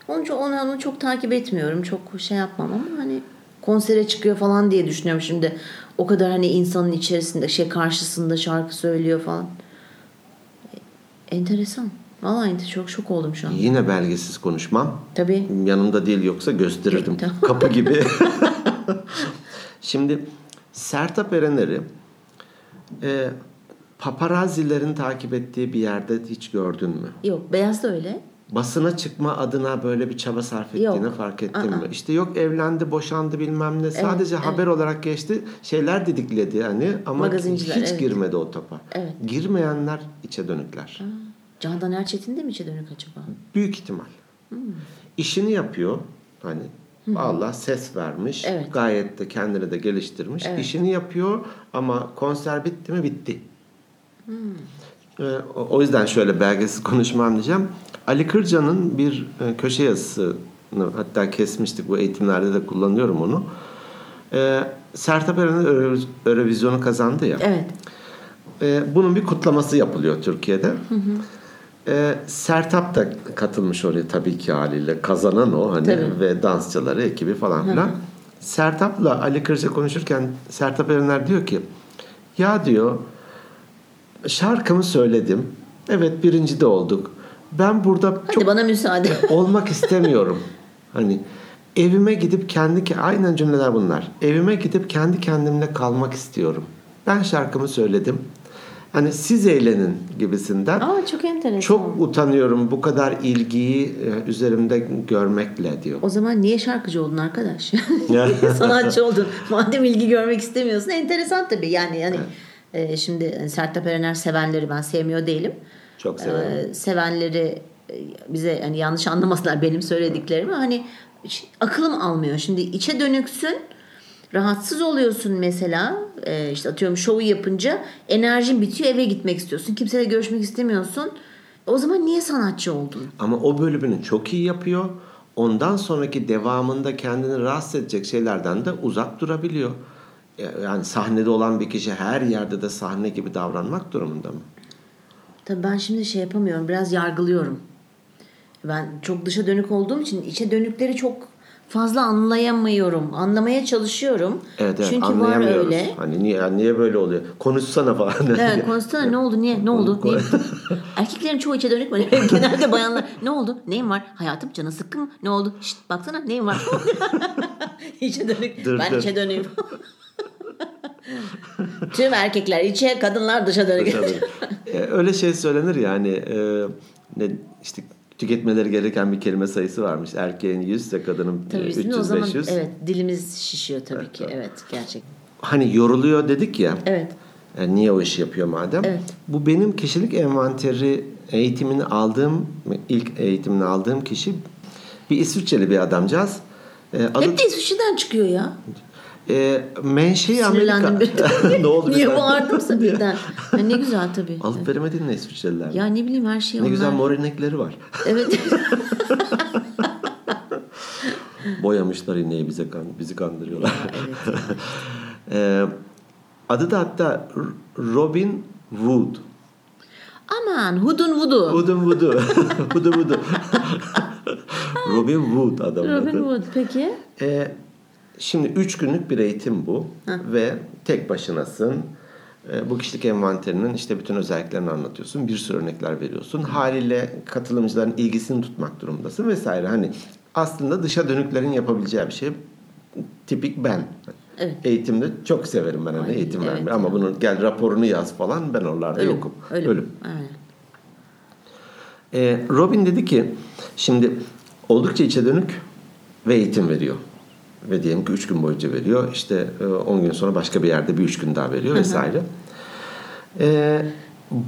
Speaker 2: Onun için onu, onu çok takip etmiyorum. Çok şey yapmam ama hani konsere çıkıyor falan diye düşünüyorum şimdi. O kadar hani insanın içerisinde şey karşısında şarkı söylüyor falan. E, Enteresan. Vallahi ente- çok şok oldum şu an.
Speaker 1: Yine belgesiz konuşmam.
Speaker 2: Tabii.
Speaker 1: Yanımda değil yoksa gösterirdim.
Speaker 2: Tamam.
Speaker 1: Kapı
Speaker 2: <laughs>
Speaker 1: gibi. <laughs> Şimdi Sertab Erener'i e, paparazzilerin takip ettiği bir yerde hiç gördün mü?
Speaker 2: Yok beyaz da öyle.
Speaker 1: Basına çıkma adına böyle bir çaba sarf ettiğini
Speaker 2: Yok.
Speaker 1: fark ettin
Speaker 2: Aa.
Speaker 1: mi? İşte yok evlendi, boşandı bilmem ne. Sadece haber olarak geçti. Şeyler dedikledi hani ama hiç
Speaker 2: Magazinciler, evet.
Speaker 1: girmedi o topa.
Speaker 2: Evet.
Speaker 1: Girmeyenler içe dönükler.
Speaker 2: Ha, Candan Erçetin de mi içe dönük acaba?
Speaker 1: Büyük ihtimal. İşini yapıyor. Hani Allah ses vermiş.
Speaker 2: Evet.
Speaker 1: Gayet de kendini de geliştirmiş. İşini yapıyor ama konser bitti mi? Bitti. Ee, o- o yüzden şöyle belgesiz konuşmam diyeceğim. Ali Kırca'nın bir e, köşe yazısını hatta kesmiştik. Bu eğitimlerde de kullanıyorum onu. Ee, Sertab Erener Euro- Eurovizyon'u kazandı ya.
Speaker 2: Evet.
Speaker 1: Ee, bunun bir kutlaması yapılıyor Türkiye'de. Ee, Sertap da katılmış oraya tabii ki haliyle. Kazanan o hani
Speaker 2: Tabii.
Speaker 1: ve dansçıları, ekibi falan filan. Sertap'la Ali Kırca konuşurken Sertap Erener diyor ki ya diyor şarkımı söyledim. Evet birinci de olduk. Ben burada
Speaker 2: Hadi
Speaker 1: çok
Speaker 2: bana müsaade.
Speaker 1: <laughs> olmak istemiyorum. Hani evime gidip kendi ke- aynen cümleler bunlar. Evime gidip kendi kendimle kalmak istiyorum. Ben şarkımı söyledim. Hani siz eğlenin gibisinden.
Speaker 2: Aa çok enteresan.
Speaker 1: Çok utanıyorum bu kadar ilgiyi e, üzerimde görmekle diyor.
Speaker 2: O zaman niye şarkıcı oldun arkadaş? <laughs>
Speaker 1: Ya.
Speaker 2: Niye sanatçı oldun? Madem ilgi görmek istemiyorsun. Enteresan tabii yani yani e, şimdi Sertab Erener sevenleri ben sevmiyor değilim.
Speaker 1: Çok severim.
Speaker 2: Ee, sevenleri e, bize hani yanlış anlamasınlar benim söylediklerimi. Hani hiç akılım almıyor. Şimdi içe dönüksün. Rahatsız oluyorsun mesela. Ee, işte atıyorum şovu yapınca enerjin bitiyor eve gitmek istiyorsun. Kimseyle görüşmek istemiyorsun. O zaman niye sanatçı oldun?
Speaker 1: Ama o bölümünü çok iyi yapıyor. Ondan sonraki devamında kendini rahatsız edecek şeylerden de uzak durabiliyor. Ya- Yani sahnede olan bir kişi her yerde de sahne gibi davranmak durumunda mı?
Speaker 2: Tabii ben şimdi şey yapamıyorum. Biraz yargılıyorum. Ben çok dışa dönük olduğum için içe dönükleri çok fazla anlayamıyorum. Anlamaya çalışıyorum.
Speaker 1: Evet, evet
Speaker 2: Çünkü var
Speaker 1: anlayamıyoruz.
Speaker 2: öyle.
Speaker 1: Hani niye niye böyle oluyor? Konuşsana falan. <laughs>
Speaker 2: Evet konuşsana ne oldu niye ne oldu niye? <laughs> Erkeklerin çoğu içe dönük böyle <laughs> genelde bayanlar ne oldu neyin var hayatım canı sıkkın mı ne oldu Şşt, baksana neyin var <laughs> İçe dönük
Speaker 1: Dır
Speaker 2: ben
Speaker 1: dır.
Speaker 2: içe dönüyüm <laughs> tüm erkekler içe kadınlar dışa dönük
Speaker 1: <laughs> E, Öyle şey söylenir yani e, ne işte tüketmeleri gereken bir kelime sayısı varmış. Erkeğin 100 ise kadının e,
Speaker 2: tabii bizim
Speaker 1: 300
Speaker 2: o zaman
Speaker 1: 500.
Speaker 2: evet dilimiz şişiyor tabii ki evet gerçek
Speaker 1: Hani yoruluyor dedik ya.
Speaker 2: evet
Speaker 1: E, niye o işi yapıyor madem?
Speaker 2: Evet.
Speaker 1: Bu benim kişilik envanteri eğitimini aldığım ilk eğitimini aldığım kişi bir İsviçreli bir adamcağız. E, adı
Speaker 2: hep de İsviçre'den çıkıyor ya
Speaker 1: e, menşei Amerika.
Speaker 2: sinirlendim
Speaker 1: <laughs>
Speaker 2: birden
Speaker 1: ne oldu
Speaker 2: niye
Speaker 1: birden?
Speaker 2: <laughs> bağırdımsa birden Ha, ne güzel tabii
Speaker 1: Alıp veremedin ne İsviçreliler?
Speaker 2: ya ne bileyim her şey
Speaker 1: Ne
Speaker 2: onlar
Speaker 1: güzel mor inekleri var. <laughs>
Speaker 2: evet <laughs>
Speaker 1: Boyamışlar ineği bize kan- bizi kandırıyorlar.
Speaker 2: evet
Speaker 1: <laughs> Ee, adı da hatta R- Robin Wood.
Speaker 2: Aman hudun vudu.
Speaker 1: Wood'un Wood'u. <laughs> Wood'un Wood'u. Robin Wood adamın
Speaker 2: Robin
Speaker 1: adı.
Speaker 2: Hood peki.
Speaker 1: Ee, şimdi üç günlük bir eğitim bu ve tek başınasın. Ee, bu kişilik envanterinin işte bütün özelliklerini anlatıyorsun. Bir sürü örnekler veriyorsun. Haliyle katılımcıların ilgisini tutmak durumundasın vesaire. Hani aslında dışa dönüklerin yapabileceği bir şey. Tipik ben.
Speaker 2: Evet.
Speaker 1: Eğitimde çok severim ben hani
Speaker 2: Ay,
Speaker 1: eğitim
Speaker 2: evet.
Speaker 1: vermeyi. Ama bunun gel raporunu yaz falan ben oralarda yokum.
Speaker 2: Ölüm.
Speaker 1: Ölüm.
Speaker 2: Aynen.
Speaker 1: Ee, Robin dedi ki şimdi oldukça içe dönük ve eğitim veriyor. Ve diyelim ki 3 gün boyunca veriyor. İşte 10 gün sonra başka bir yerde bir 3 gün daha veriyor vesaire. Ee,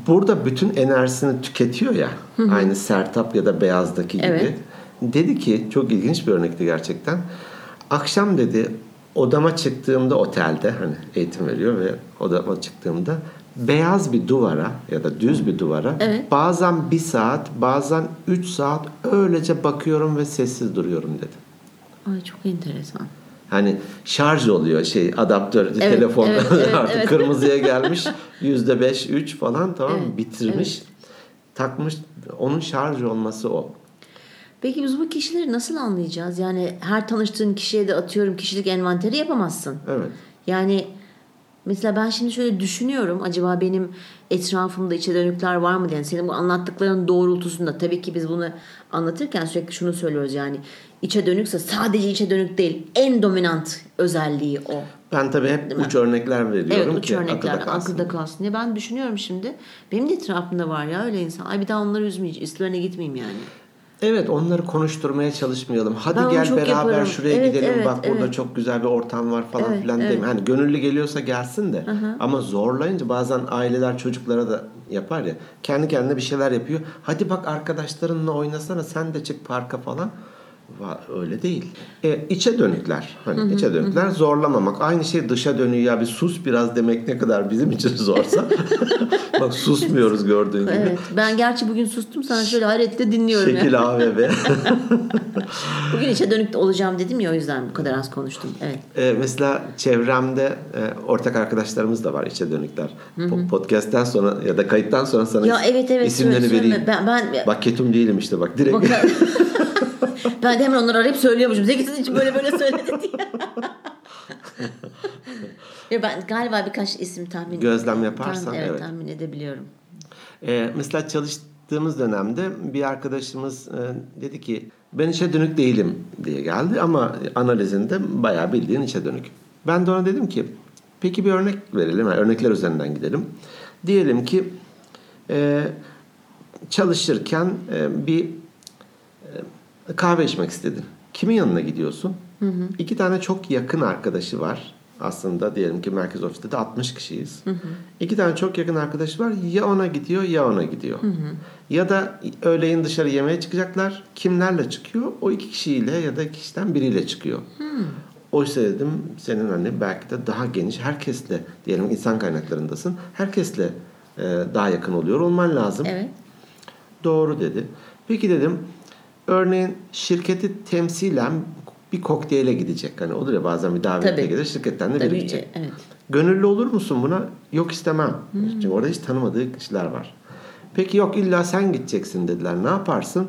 Speaker 1: burada bütün enerjisini tüketiyor ya. aynı Sertap ya da Beyaz'daki gibi.
Speaker 2: Evet.
Speaker 1: Dedi ki çok ilginç bir örnekti gerçekten. Akşam dedi odama çıktığımda otelde hani eğitim veriyor ve odama çıktığımda beyaz bir duvara ya da düz bir duvara
Speaker 2: Evet.
Speaker 1: bazen bir saat bazen üç saat öylece bakıyorum ve sessiz duruyorum dedi.
Speaker 2: Ay çok enteresan.
Speaker 1: Hani şarj oluyor şey adaptör telefon
Speaker 2: evet, evet,
Speaker 1: artık
Speaker 2: evet. <laughs>
Speaker 1: kırmızıya gelmiş yüzde beş üç falan tamam mı?
Speaker 2: Evet,
Speaker 1: bitirmiş takmış onun şarj olması o.
Speaker 2: Peki biz bu kişileri nasıl anlayacağız? Yani her tanıştığın kişiye de atıyorum kişilik envanteri yapamazsın.
Speaker 1: Evet.
Speaker 2: Yani mesela ben şimdi şöyle düşünüyorum. Acaba benim etrafımda içe dönükler var mı diye. Yani senin bu anlattıkların doğrultusunda tabii ki biz bunu anlatırken sürekli şunu söylüyoruz yani. içe dönükse sadece içe dönük değil. En dominant özelliği o.
Speaker 1: Ben tabii hep uç örnekler veriyorum
Speaker 2: Evet uç
Speaker 1: ki
Speaker 2: örnekler
Speaker 1: akılda
Speaker 2: akılda
Speaker 1: kalsın.
Speaker 2: kalsın. diye. Ben düşünüyorum şimdi. Benim de etrafımda var ya öyle insan. Ay bir daha onları üzmeyeceğim. Üstlerine gitmeyeyim yani.
Speaker 1: Evet onları konuşturmaya çalışmayalım. Hadi
Speaker 2: Ben onu
Speaker 1: gel
Speaker 2: çok
Speaker 1: beraber
Speaker 2: yaparım.
Speaker 1: şuraya
Speaker 2: Evet,
Speaker 1: gidelim
Speaker 2: evet,
Speaker 1: bak burada
Speaker 2: evet.
Speaker 1: çok güzel bir ortam var falan
Speaker 2: Evet,
Speaker 1: filan
Speaker 2: evet.
Speaker 1: deme. Hani gönüllü geliyorsa gelsin de ama zorlayınca bazen aileler çocuklara da yapar ya. Kendi kendine bir şeyler yapıyor. Hadi bak arkadaşlarınla oynasana sen de çık parka falan. Va- Öyle değil. E, içe dönükler. Hani içe dönükler zorlamamak. Aynı şey dışa dönüyor ya bir sus biraz demek ne kadar bizim için
Speaker 2: <laughs>
Speaker 1: zorsa. bak susmuyoruz gördüğün gibi.
Speaker 2: Evet. Ben gerçi bugün sustum sana şöyle hayretle dinliyorum. ya.
Speaker 1: Şekil
Speaker 2: <laughs>
Speaker 1: AVV.
Speaker 2: Bugün içe dönük de olacağım dedim ya o yüzden bu kadar az konuştum. Evet.
Speaker 1: Ee, mesela çevremde e, ortak arkadaşlarımız da var içe dönükler. Po- Podcast'ten sonra ya da kayıttan sonra sana
Speaker 2: Ya
Speaker 1: is-
Speaker 2: evet evet.
Speaker 1: isimlerini
Speaker 2: söyle- söyleme.
Speaker 1: vereyim.
Speaker 2: Ben, ben,
Speaker 1: Bak ketum değilim işte bak direkt.
Speaker 2: Bak- <laughs> ben de hemen onları arayıp söylüyormuşum. Zeki sizin için böyle böyle söyledi
Speaker 1: <laughs>
Speaker 2: diye. ya ben galiba birkaç isim tahmin
Speaker 1: Gözlem yaparsan,
Speaker 2: tahmin, evet,
Speaker 1: evet.
Speaker 2: tahmin edebiliyorum.
Speaker 1: <laughs> Ee, mesela çalıştığımız dönemde bir arkadaşımız e, dedi ki ben içe dönük değilim diye geldi ama analizinde bayağı bildiğin içe dönük. Ben de ona dedim ki peki bir örnek verelim. yani örnekler üzerinden gidelim. Diyelim ki e, çalışırken e, bir e, kahve içmek istedin. Kimin yanına gidiyorsun? İki tane çok yakın arkadaşı var. Aslında diyelim ki merkez ofiste de 60 kişiyiz. İki tane çok yakın arkadaşı var. Ya ona gidiyor ya ona gidiyor. Ya da öğleyin dışarı yemeğe çıkacaklar. Kimlerle çıkıyor? O iki kişiyle ya da iki kişiden biriyle çıkıyor. Oysa dedim senin hani belki de daha geniş herkesle diyelim insan kaynaklarındasın. Herkesle e, daha yakın oluyor olman lazım.
Speaker 2: Evet.
Speaker 1: Doğru dedi. Peki dedim örneğin şirketi temsilen bir kokteyle gidecek. Hani olur ya bazen bir davete
Speaker 2: Tabii.
Speaker 1: gelir şirketten de biri
Speaker 2: Tabii, e,
Speaker 1: gidecek.
Speaker 2: evet.
Speaker 1: Gönüllü olur musun buna? Yok istemem.
Speaker 2: Hmm.
Speaker 1: Çünkü orada hiç tanımadığı kişiler var. Peki yok illa sen gideceksin dediler. Ne yaparsın?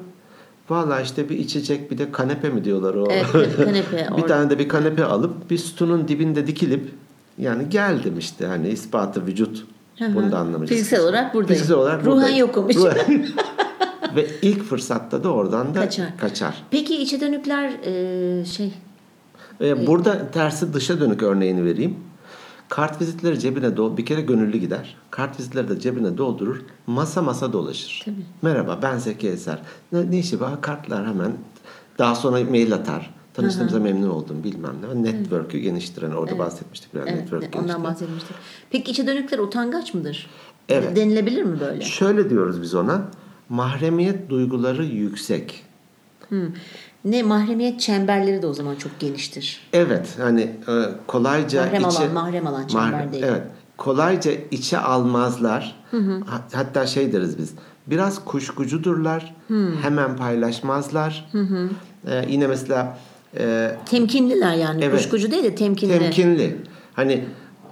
Speaker 1: Valla işte bir içecek bir de kanepe mi diyorlar o.
Speaker 2: Evet, kanepe, kanepe,
Speaker 1: <laughs> bir
Speaker 2: orada.
Speaker 1: tane de bir kanepe alıp bir sütunun dibinde dikilip yani geldim işte hani ispatı vücut.
Speaker 2: Hı hı.
Speaker 1: Bunu da anlamayacağız.
Speaker 2: Fiziksel olarak buradayım.
Speaker 1: Fiziksel olarak
Speaker 2: Ruhen
Speaker 1: buradayım.
Speaker 2: yokum.
Speaker 1: Ruhen- <laughs> Ve ilk fırsatta da oradan da
Speaker 2: Kaçar.
Speaker 1: kaçar.
Speaker 2: Peki içe dönükler e, şey
Speaker 1: Ee, burada tersi dışa dönük örneğini vereyim. Kart vizitleri cebine dol bir kere gönüllü gider. Kart vizitleri de cebine doldurur. Masa masa dolaşır.
Speaker 2: Tabii.
Speaker 1: Merhaba ben Zeki Eser. Ne, ne işi var? Kartlar hemen. Daha sonra mail atar. Tanıştığımıza memnun oldum bilmem ne. Network'ü geniştiren orada bahsetmiştik biraz.
Speaker 2: Evet,
Speaker 1: network
Speaker 2: ondan
Speaker 1: geniştiren.
Speaker 2: bahsetmiştik. Peki içe dönükler utangaç mıdır?
Speaker 1: Evet.
Speaker 2: Denilebilir mi böyle?
Speaker 1: Şöyle diyoruz biz ona. Mahremiyet duyguları yüksek.
Speaker 2: Hı. Ne mahremiyet çemberleri de o zaman çok geniştir.
Speaker 1: Evet hani e, kolayca
Speaker 2: Mahrem
Speaker 1: içe,
Speaker 2: alan, mahrem alan, çember değil.
Speaker 1: Evet. Kolayca içe almazlar. Ha- Hatta şey deriz biz. Biraz kuşkucudurlar. Hemen paylaşmazlar. E, yine mesela e,
Speaker 2: Temkinliler yani.
Speaker 1: Evet.
Speaker 2: Kuşkucu değil de temkinli.
Speaker 1: temkinli. Hani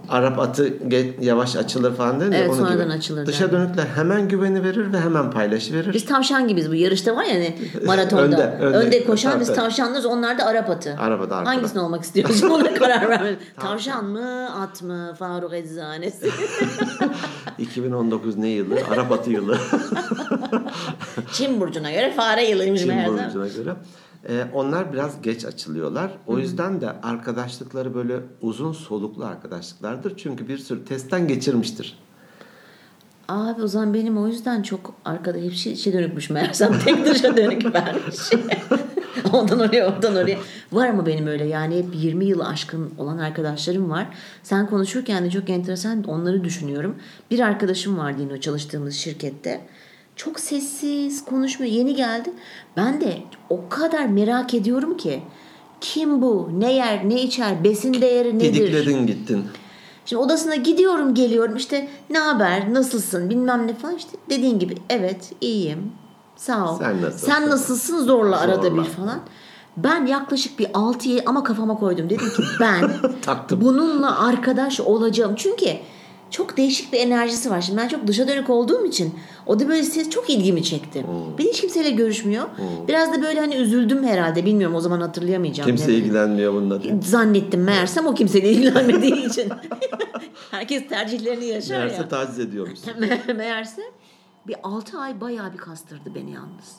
Speaker 1: Arap atı ge- yavaş açılır falan değil mi?
Speaker 2: Evet,
Speaker 1: Onun
Speaker 2: sonradan
Speaker 1: gibi.
Speaker 2: açılır
Speaker 1: Dışa
Speaker 2: derler.
Speaker 1: dönükler hemen güveni verir ve hemen paylaşıverir.
Speaker 2: <laughs> Biz tavşan gibiyiz bu yarışta var ya hani maratonda.
Speaker 1: Önde,
Speaker 2: önde,
Speaker 1: önde.
Speaker 2: koşan
Speaker 1: Evet,
Speaker 2: biz
Speaker 1: evet.
Speaker 2: tavşanlarız onlar da Arap atı.
Speaker 1: Araba da arkada.
Speaker 2: Hangisini olmak
Speaker 1: <laughs>
Speaker 2: istiyoruz ona karar vermedim. tavşan mı at mı Faruk Eczanesi. <laughs>
Speaker 1: 2019 ne yılı? Arap atı yılı.
Speaker 2: Çin burcuna göre fare yılıymış
Speaker 1: Çin
Speaker 2: meğersem.
Speaker 1: boyucuna göre. Ee, onlar biraz geç açılıyorlar. O yüzden de arkadaşlıkları böyle uzun soluklu arkadaşlıklardır. Çünkü bir sürü testten geçirmiştir.
Speaker 2: Abi o zaman benim o yüzden çok arkada hepsi içe dönükmüş meğersem <laughs> tek dışa dönük vermiş. <laughs> Ondan oraya oradan oraya. Var ama benim öyle yani hep 20 yılı aşkın olan arkadaşlarım var. Sen konuşurken de çok enteresan onları düşünüyorum. Bir arkadaşım vardı yine o çalıştığımız şirkette. Çok sessiz konuşmuyor yeni geldi. Ben de o kadar merak ediyorum ki. Kim bu? Ne yer, ne içer, besin değeri nedir?
Speaker 1: Didikledin gittin.
Speaker 2: Şimdi odasına gidiyorum geliyorum işte ne haber nasılsın bilmem ne falan işte dediğin gibi evet iyiyim sağ ol.
Speaker 1: Sen nasılsın?
Speaker 2: Sen nasılsın zorla arada
Speaker 1: Zorla.
Speaker 2: bir falan. Ben yaklaşık bir 6'yı ama kafama koydum. Dedim
Speaker 1: <laughs>
Speaker 2: ki ben
Speaker 1: Taktım.
Speaker 2: bununla arkadaş olacağım. Çünkü çok değişik bir enerjisi var. Şimdi ben çok dışa dönük olduğum için o da böyle ses çok ilgimi çekti.
Speaker 1: Hmm.
Speaker 2: Ben hiç kimseyle görüşmüyor. Biraz da böyle hani üzüldüm herhalde. Bilmiyorum o zaman hatırlayamayacağım.
Speaker 1: Kimse
Speaker 2: Ne-
Speaker 1: ilgilenmiyor bununla.
Speaker 2: Zannettim meğersem o kimseyle <laughs> ilgilenmediği için. <laughs> Herkes tercihlerini yaşar
Speaker 1: Meğerse
Speaker 2: ya.
Speaker 1: taciz ediyormuşsun.
Speaker 2: <laughs> Me- meğerse bir 6 ay bayağı bir kastırdı beni yalnız.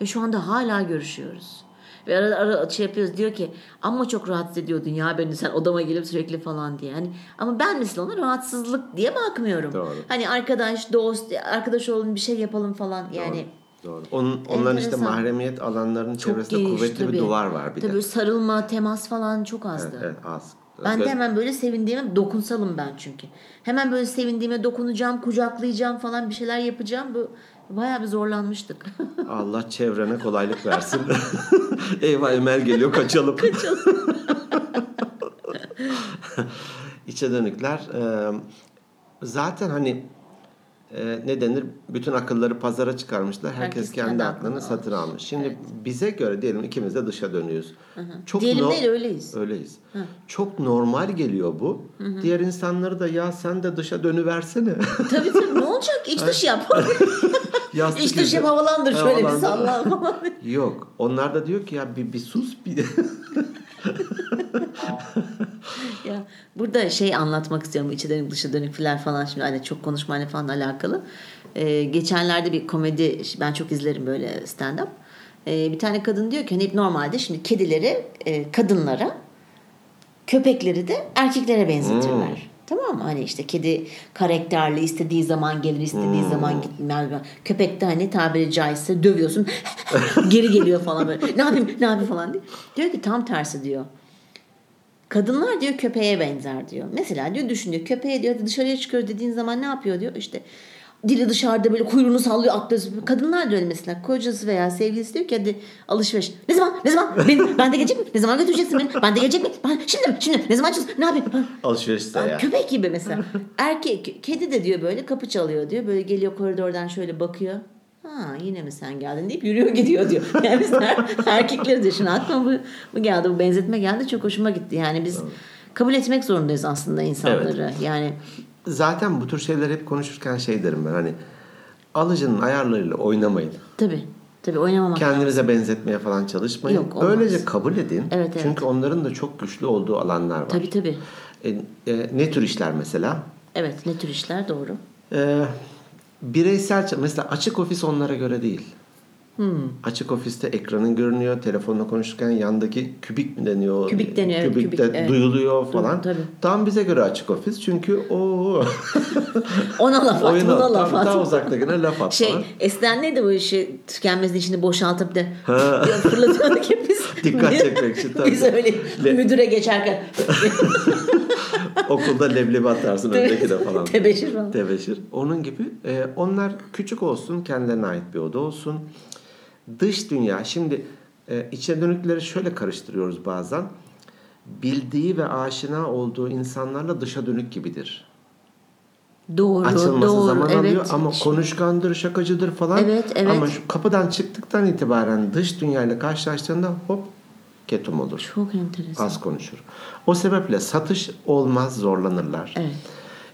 Speaker 2: Ve şu anda hala görüşüyoruz. Ve arada ara şey yapıyoruz diyor ki ama çok rahatsız ediyordun ya beni sen odama gelip sürekli falan diye. Hani, ama ben mesela ona rahatsızlık diye bakmıyorum.
Speaker 1: Doğru.
Speaker 2: Hani arkadaş, dost, arkadaş olalım bir şey yapalım falan yani.
Speaker 1: Doğru. Onun, onların işte
Speaker 2: Enteresan.
Speaker 1: mahremiyet alanlarının
Speaker 2: Çok
Speaker 1: çevresinde
Speaker 2: geniş
Speaker 1: kuvvetli
Speaker 2: tabii.
Speaker 1: bir duvar var bir
Speaker 2: tabii
Speaker 1: de.
Speaker 2: sarılma, temas falan çok azdı.
Speaker 1: Evet, evet, az.
Speaker 2: Ben de
Speaker 1: Gö-
Speaker 2: hemen böyle sevindiğime dokunsalım ben çünkü. Hemen böyle sevindiğime dokunacağım, kucaklayacağım falan bir şeyler yapacağım. Bu bayağı bir zorlanmıştık. <laughs>
Speaker 1: Allah çevrene kolaylık versin. <laughs> Eyvah Emel geliyor kaçalım. <laughs> kaçalım. İçe dönükler e, zaten hani e, ne denir bütün akılları pazara çıkarmışlar. Herkes,
Speaker 2: Herkes
Speaker 1: kendi,
Speaker 2: kendi
Speaker 1: aklını
Speaker 2: aklını
Speaker 1: satın
Speaker 2: almış.
Speaker 1: almış. Şimdi bize göre diyelim ikimiz de dışa dönüyoruz. Çok
Speaker 2: Diyelim
Speaker 1: no-
Speaker 2: değil öyleyiz.
Speaker 1: Öyleyiz. Çok normal geliyor bu. Diğer insanları da ya sen de dışa dönüversene. <laughs>
Speaker 2: tabii tabii ne olacak? İç dış yap.
Speaker 1: Yastık
Speaker 2: İç dış
Speaker 1: yüzü.
Speaker 2: yap şey, havalandır şöyle bir
Speaker 1: Havalandır.
Speaker 2: salla falan.
Speaker 1: Yok. Onlar da diyor ki ya bir, bir sus bir <laughs>
Speaker 2: <laughs> ya burada şey anlatmak istiyorum içe dönük dışa dönük filan falan şimdi hani çok konuşmayla falan alakalı. Ee, geçenlerde bir komedi ben çok izlerim böyle stand up. Ee, bir tane kadın diyor ki hani hep normalde şimdi kedileri e, kadınlara köpekleri de erkeklere benzetirler. Tamam mı? Hani işte kedi karakterli istediği zaman gelir istediği zaman gitmez. Köpek de hani tabiri caizse dövüyorsun <laughs> geri geliyor falan böyle. Ne yapayım ne yapayım falan diyor. Diyor ki tam tersi diyor. Kadınlar diyor köpeğe benzer diyor. Mesela diyor düşünüyor. Köpeğe diyor dışarıya çıkıyor dediğin zaman ne yapıyor diyor. İşte dili dışarıda böyle kuyruğunu sallıyor atlıyor. Kadınlar da öyle mesela. Kocası veya sevgilisi diyor ki hadi alışveriş. Ne zaman? Ne zaman? Ben, ben de gelecek mi? Ne zaman götüreceksin beni? Ben de gelecek mi? Ben, şimdi mi? Şimdi mi? Ne zaman açılsın? Ne yapayım? Ha.
Speaker 1: alışverişte
Speaker 2: Ay,
Speaker 1: ya.
Speaker 2: Köpek gibi mesela. Erkek kedi de diyor böyle kapı çalıyor diyor. Böyle geliyor koridordan şöyle bakıyor. Ha yine mi sen geldin deyip yürüyor gidiyor diyor. <laughs> Yani biz er- erkekleri de şimdi aklıma bu, bu geldi bu benzetme geldi çok hoşuma gitti. Yani biz kabul etmek zorundayız aslında insanları. Yani
Speaker 1: Zaten bu tür şeyler hep konuşurken şey derim ben hani alıcının ayarlarıyla oynamayın.
Speaker 2: tabii tabii oynamamak.
Speaker 1: Kendinize benzetmeye falan çalışmayın.
Speaker 2: Yok, olmaz.
Speaker 1: Böylece kabul edin.
Speaker 2: Evet, evet.
Speaker 1: Çünkü onların da çok güçlü olduğu alanlar var.
Speaker 2: Tabii tabii.
Speaker 1: E, e, ne tür işler mesela?
Speaker 2: Evet ne tür işler doğru.
Speaker 1: E, bireysel ça- mesela açık ofis onlara göre değil.
Speaker 2: Hmm.
Speaker 1: Açık ofiste ekranın görünüyor. Telefonla konuşurken yandaki kübik mi deniyor?
Speaker 2: Kübik deniyor, evet,
Speaker 1: Kübik
Speaker 2: kübik,
Speaker 1: de
Speaker 2: evet.
Speaker 1: duyuluyor falan.
Speaker 2: tabii.
Speaker 1: Tam bize göre açık ofis. Çünkü
Speaker 2: <laughs>
Speaker 1: o
Speaker 2: Ona laf at
Speaker 1: Oyuna
Speaker 2: buna laf
Speaker 1: tam, tam
Speaker 2: at.
Speaker 1: uzaktakine laf at
Speaker 2: Şey
Speaker 1: falan.
Speaker 2: eskiden neydi bu işi tükenmezin içini boşaltıp da <laughs>
Speaker 1: Ha.
Speaker 2: fırlatıyorduk hep biz.
Speaker 1: <laughs> Dikkat çekmek için tabii.
Speaker 2: Biz öyle
Speaker 1: Le-
Speaker 2: müdüre geçerken
Speaker 1: Okulda leblebi atarsın <laughs> öndeki de
Speaker 2: <laughs>
Speaker 1: falan.
Speaker 2: Tebeşir falan.
Speaker 1: Tebeşir. Onun gibi e, onlar küçük olsun kendilerine ait bir oda olsun. Dış dünya şimdi e, içe dönükleri şöyle karıştırıyoruz bazen. Bildiği ve aşina olduğu insanlarla dışa dönük gibidir.
Speaker 2: doğru
Speaker 1: Açılması
Speaker 2: doğru
Speaker 1: zaman
Speaker 2: evet.
Speaker 1: alıyor ama konuşkandır, şakacıdır falan.
Speaker 2: Evet, evet.
Speaker 1: Ama şu kapıdan çıktıktan itibaren dış dünyayla karşılaştığında hop ketum olur.
Speaker 2: çok enteresan.
Speaker 1: az konuşur. O sebeple satış olmaz, zorlanırlar.
Speaker 2: Evet.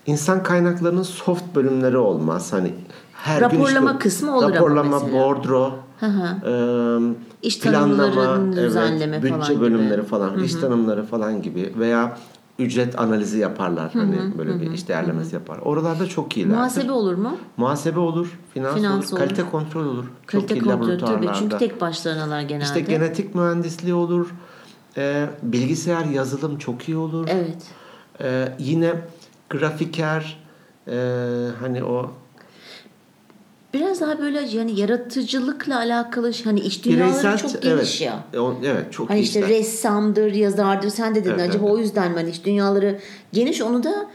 Speaker 1: İnsan kaynaklarının soft bölümleri olmaz. Hani her gün işte-
Speaker 2: Raporlama kısmı olur ama
Speaker 1: raporlama,
Speaker 2: mesela.
Speaker 1: bordro,
Speaker 2: Hı hı.
Speaker 1: ıı,
Speaker 2: İş
Speaker 1: planlama,
Speaker 2: tanımlarının
Speaker 1: evet,
Speaker 2: düzenleme
Speaker 1: bütçe
Speaker 2: falan gibi.
Speaker 1: bölümleri falan, iş tanımları falan gibi veya ücret analizi yaparlar. hani böyle bir iş değerlemesi yapar. Oralarda çok iyiler.
Speaker 2: Muhasebe olur mu?
Speaker 1: Muhasebe olur, finans,
Speaker 2: Finans
Speaker 1: olur,
Speaker 2: olur.
Speaker 1: kalite kontrol olur. çok
Speaker 2: Kalite
Speaker 1: iyi
Speaker 2: kontrol tabii
Speaker 1: laboratuvarlarda.
Speaker 2: çünkü tek başlarınalar genelde.
Speaker 1: İşte genetik mühendisliği olur. Ee, bilgisayar yazılım çok iyi olur.
Speaker 2: Evet.
Speaker 1: Ee, yine grafiker e, hani o
Speaker 2: biraz daha böyle yani yaratıcılıkla alakalı hani iç dünyaları çok geniş
Speaker 1: evet,
Speaker 2: ya.
Speaker 1: E, o- evet çok
Speaker 2: Hani
Speaker 1: iyi
Speaker 2: işte
Speaker 1: işler.
Speaker 2: ressamdır, yazardır. Sen dedin
Speaker 1: Evet,
Speaker 2: acaba
Speaker 1: evet.
Speaker 2: o yüzden mi? Hani işte dünyaları geniş. Onu da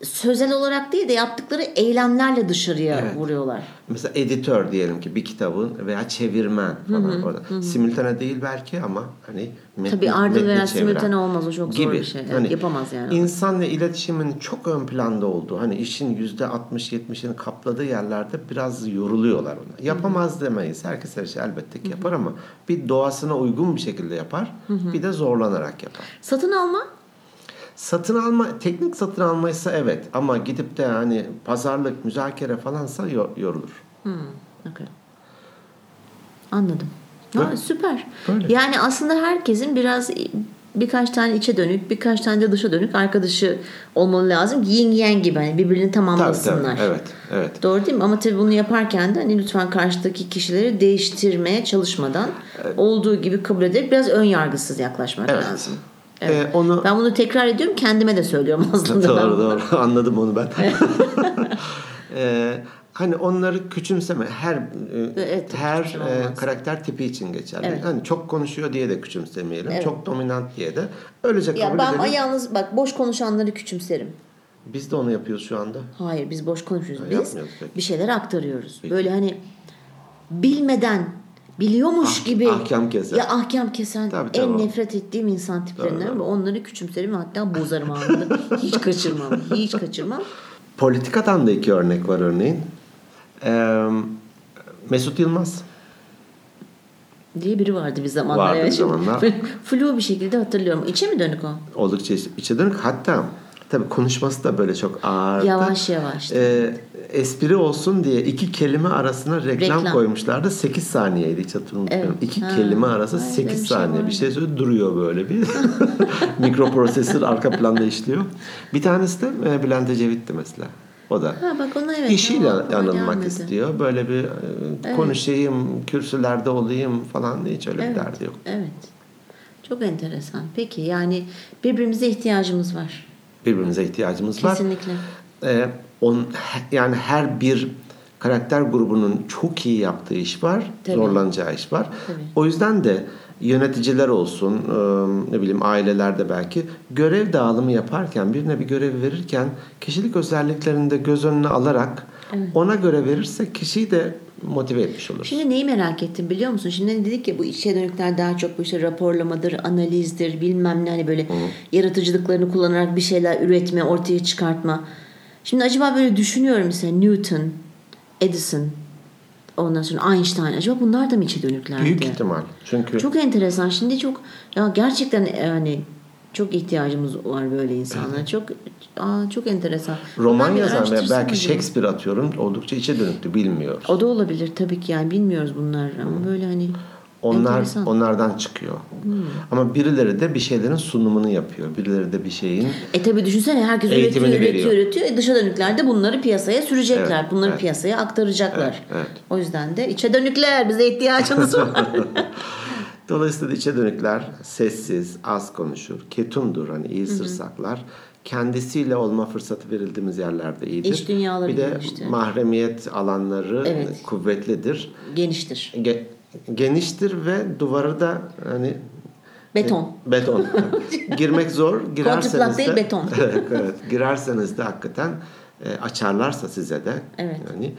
Speaker 2: e, sözel olarak değil de yaptıkları eylemlerle dışarıya
Speaker 1: Evet.
Speaker 2: vuruyorlar.
Speaker 1: Mesela editör diyelim ki bir kitabın veya çevirmen falan orada. Simultane değil belki ama hani metni,
Speaker 2: Tabii ardıl
Speaker 1: metni
Speaker 2: veya
Speaker 1: çeviren
Speaker 2: simultane olmaz o çok zor bir şey. Evet, yapamaz yani.
Speaker 1: İnsanla iletişimin çok ön planda olduğu hani işin yüzde 60-70'ini kapladığı yerlerde biraz yoruluyorlar ona. Yapamaz demeyiz. Herkes her şey elbette ki yapar ama bir doğasına uygun bir şekilde yapar. Bir de zorlanarak yapar.
Speaker 2: Satın alma
Speaker 1: Satın alma, teknik satın almaysa evet ama gidip de hani pazarlık, müzakere falansa yo- yorulur.
Speaker 2: Okey. Anladım. Ha,
Speaker 1: Böyle.
Speaker 2: süper.
Speaker 1: Böyle.
Speaker 2: Yani aslında herkesin biraz ıı, birkaç tane içe dönük, birkaç tane de dışa dönük arkadaşı olmalı lazım. Yin yang gibi hani birbirini
Speaker 1: Tabii
Speaker 2: tamamlasınlar.
Speaker 1: tabii. Evet, evet.
Speaker 2: Doğru değil mi? Ama tabii bunu yaparken de hani lütfen karşıdaki kişileri değiştirmeye çalışmadan olduğu gibi kabul ederek biraz ön yargısız yaklaşmak
Speaker 1: Evet.
Speaker 2: lazım.
Speaker 1: Ee, onu <laughs>
Speaker 2: Ben bunu tekrar ediyorum. Kendime de söylüyorum aslında. ben
Speaker 1: doğru
Speaker 2: bunu.
Speaker 1: doğru anladım onu ben. <laughs> Ee, hani onları küçümseme her e,
Speaker 2: Evet,
Speaker 1: her
Speaker 2: küçümseme
Speaker 1: e,
Speaker 2: olmaz.
Speaker 1: karakter tipi için geçerli.
Speaker 2: Evet.
Speaker 1: Hani çok konuşuyor diye de küçümsemeyelim.
Speaker 2: Evet.
Speaker 1: Çok dominant diye de öylece kabul
Speaker 2: Ya ben
Speaker 1: edelim.
Speaker 2: yalnız bak boş konuşanları küçümserim.
Speaker 1: Biz de onu yapıyoruz şu anda.
Speaker 2: Hayır biz boş konuşuyoruz. Biz
Speaker 1: yapmıyoruz peki.
Speaker 2: bir şeyler aktarıyoruz.
Speaker 1: Peki.
Speaker 2: Böyle hani bilmeden biliyormuş
Speaker 1: Ah-
Speaker 2: gibi
Speaker 1: ahkam keser.
Speaker 2: Ya ahkam kesen
Speaker 1: Tabii,
Speaker 2: en
Speaker 1: tabii.
Speaker 2: nefret ettiğim insan tiplerinden ve onları küçümserim ve hatta bozarım anında. hiç kaçırmam. Hiç kaçırmam.
Speaker 1: Politikadan da iki örnek var örneğin. Ee, Mesut Yılmaz.
Speaker 2: diye biri vardı bir zamanlar.
Speaker 1: Vardı
Speaker 2: evet.
Speaker 1: bir zamanlar.
Speaker 2: <laughs> Flu bir şekilde hatırlıyorum. İçe mi dönük o?
Speaker 1: oldukça iç- içe dönük. Hatta tabii konuşması da böyle çok ağırdı.
Speaker 2: Yavaş yavaş.
Speaker 1: Ee, espri olsun diye iki kelime arasına reklam,
Speaker 2: Reklam.
Speaker 1: koymuşlardı. 8 saniyeydi hiç hatırlamıyorum.
Speaker 2: Evet.
Speaker 1: İki
Speaker 2: Ha,
Speaker 1: kelime arası
Speaker 2: evet,
Speaker 1: 8
Speaker 2: öyle bir şey
Speaker 1: saniye.
Speaker 2: vardı.
Speaker 1: bir şey söylüyor duruyor böyle bir. <laughs> Mikroprosesör arka planda işliyor. Bir tanesi de e, Bülent Ecevit'ti mesela. O da
Speaker 2: Ha bak ona evet.
Speaker 1: işiyle
Speaker 2: o aklıma
Speaker 1: anılmak
Speaker 2: gelmedi.
Speaker 1: istiyor. Böyle bir e, konuşayım, kürsülerde olayım falan hiç öyle
Speaker 2: Evet.
Speaker 1: bir derdi yok.
Speaker 2: Evet. Çok enteresan. Peki yani birbirimize ihtiyacımız var.
Speaker 1: Birbirimize ihtiyacımız var.
Speaker 2: Kesinlikle.
Speaker 1: Ee, on yani her bir karakter grubunun çok iyi yaptığı iş var,
Speaker 2: Tabii.
Speaker 1: zorlanacağı iş var.
Speaker 2: Tabii.
Speaker 1: O yüzden de yöneticiler olsun, e, ne bileyim ailelerde belki görev dağılımı yaparken, birine bir görev verirken kişilik özelliklerini de göz önüne alarak ona göre verirse kişiyi de motive etmiş olur.
Speaker 2: Şimdi neyi merak ettim biliyor musun? Şimdi hani dedik ya bu içe dönükler daha çok bu işte raporlamadır, analizdir, bilmem ne hani böyle yaratıcılıklarını kullanarak bir şeyler üretme, ortaya çıkartma. Şimdi acaba böyle düşünüyorum mesela Newton, Edison, ondan sonra Einstein. Acaba bunlar da mı içe dönüklerdi?
Speaker 1: Büyük ihtimal. Çünkü
Speaker 2: Çok enteresan. Şimdi çok ya gerçekten yani çok ihtiyacımız var böyle insanlara. Çok aa, çok enteresan.
Speaker 1: roman
Speaker 2: Bunlar bir
Speaker 1: yazan veya
Speaker 2: araştırsın
Speaker 1: belki
Speaker 2: acaba?
Speaker 1: Shakespeare atıyorum oldukça içe dönüktü bilmiyor.
Speaker 2: O da olabilir tabii ki yani bilmiyoruz bunlar ama böyle hani
Speaker 1: Onlar
Speaker 2: enteresan. Hmm.
Speaker 1: onlardan çıkıyor. Ama birileri de bir şeylerin sunumunu yapıyor. Birileri de bir şeyin
Speaker 2: E tabi düşünsene herkes
Speaker 1: Eğitimini
Speaker 2: üretiyor, üretiyor,
Speaker 1: veriyor.
Speaker 2: üretiyor. E, Dışa dönükler de bunları piyasaya sürecekler.
Speaker 1: Evet,
Speaker 2: bunları
Speaker 1: evet.
Speaker 2: piyasaya aktaracaklar.
Speaker 1: Evet, evet.
Speaker 2: O yüzden de içe dönükler bize ihtiyacımız
Speaker 1: <laughs>
Speaker 2: var.
Speaker 1: dolayısıyla içe dönükler sessiz, az konuşur, ketumdur hani iyi sır saklar. Kendisiyle olma fırsatı verildiğimiz yerlerde iyidir.
Speaker 2: İç dünyaları
Speaker 1: bir de
Speaker 2: geniştir.
Speaker 1: mahremiyet alanları
Speaker 2: Evet.
Speaker 1: kuvvetlidir.
Speaker 2: Geniştir.
Speaker 1: Ge- geniştir ve duvarı da hani
Speaker 2: Beton.
Speaker 1: E, beton. Girmek zor. Girerseniz
Speaker 2: Kontürplak
Speaker 1: de
Speaker 2: değil, beton.
Speaker 1: <laughs> evet, evet. Girerseniz de hakikaten e, açarlarsa size de
Speaker 2: Evet.
Speaker 1: yani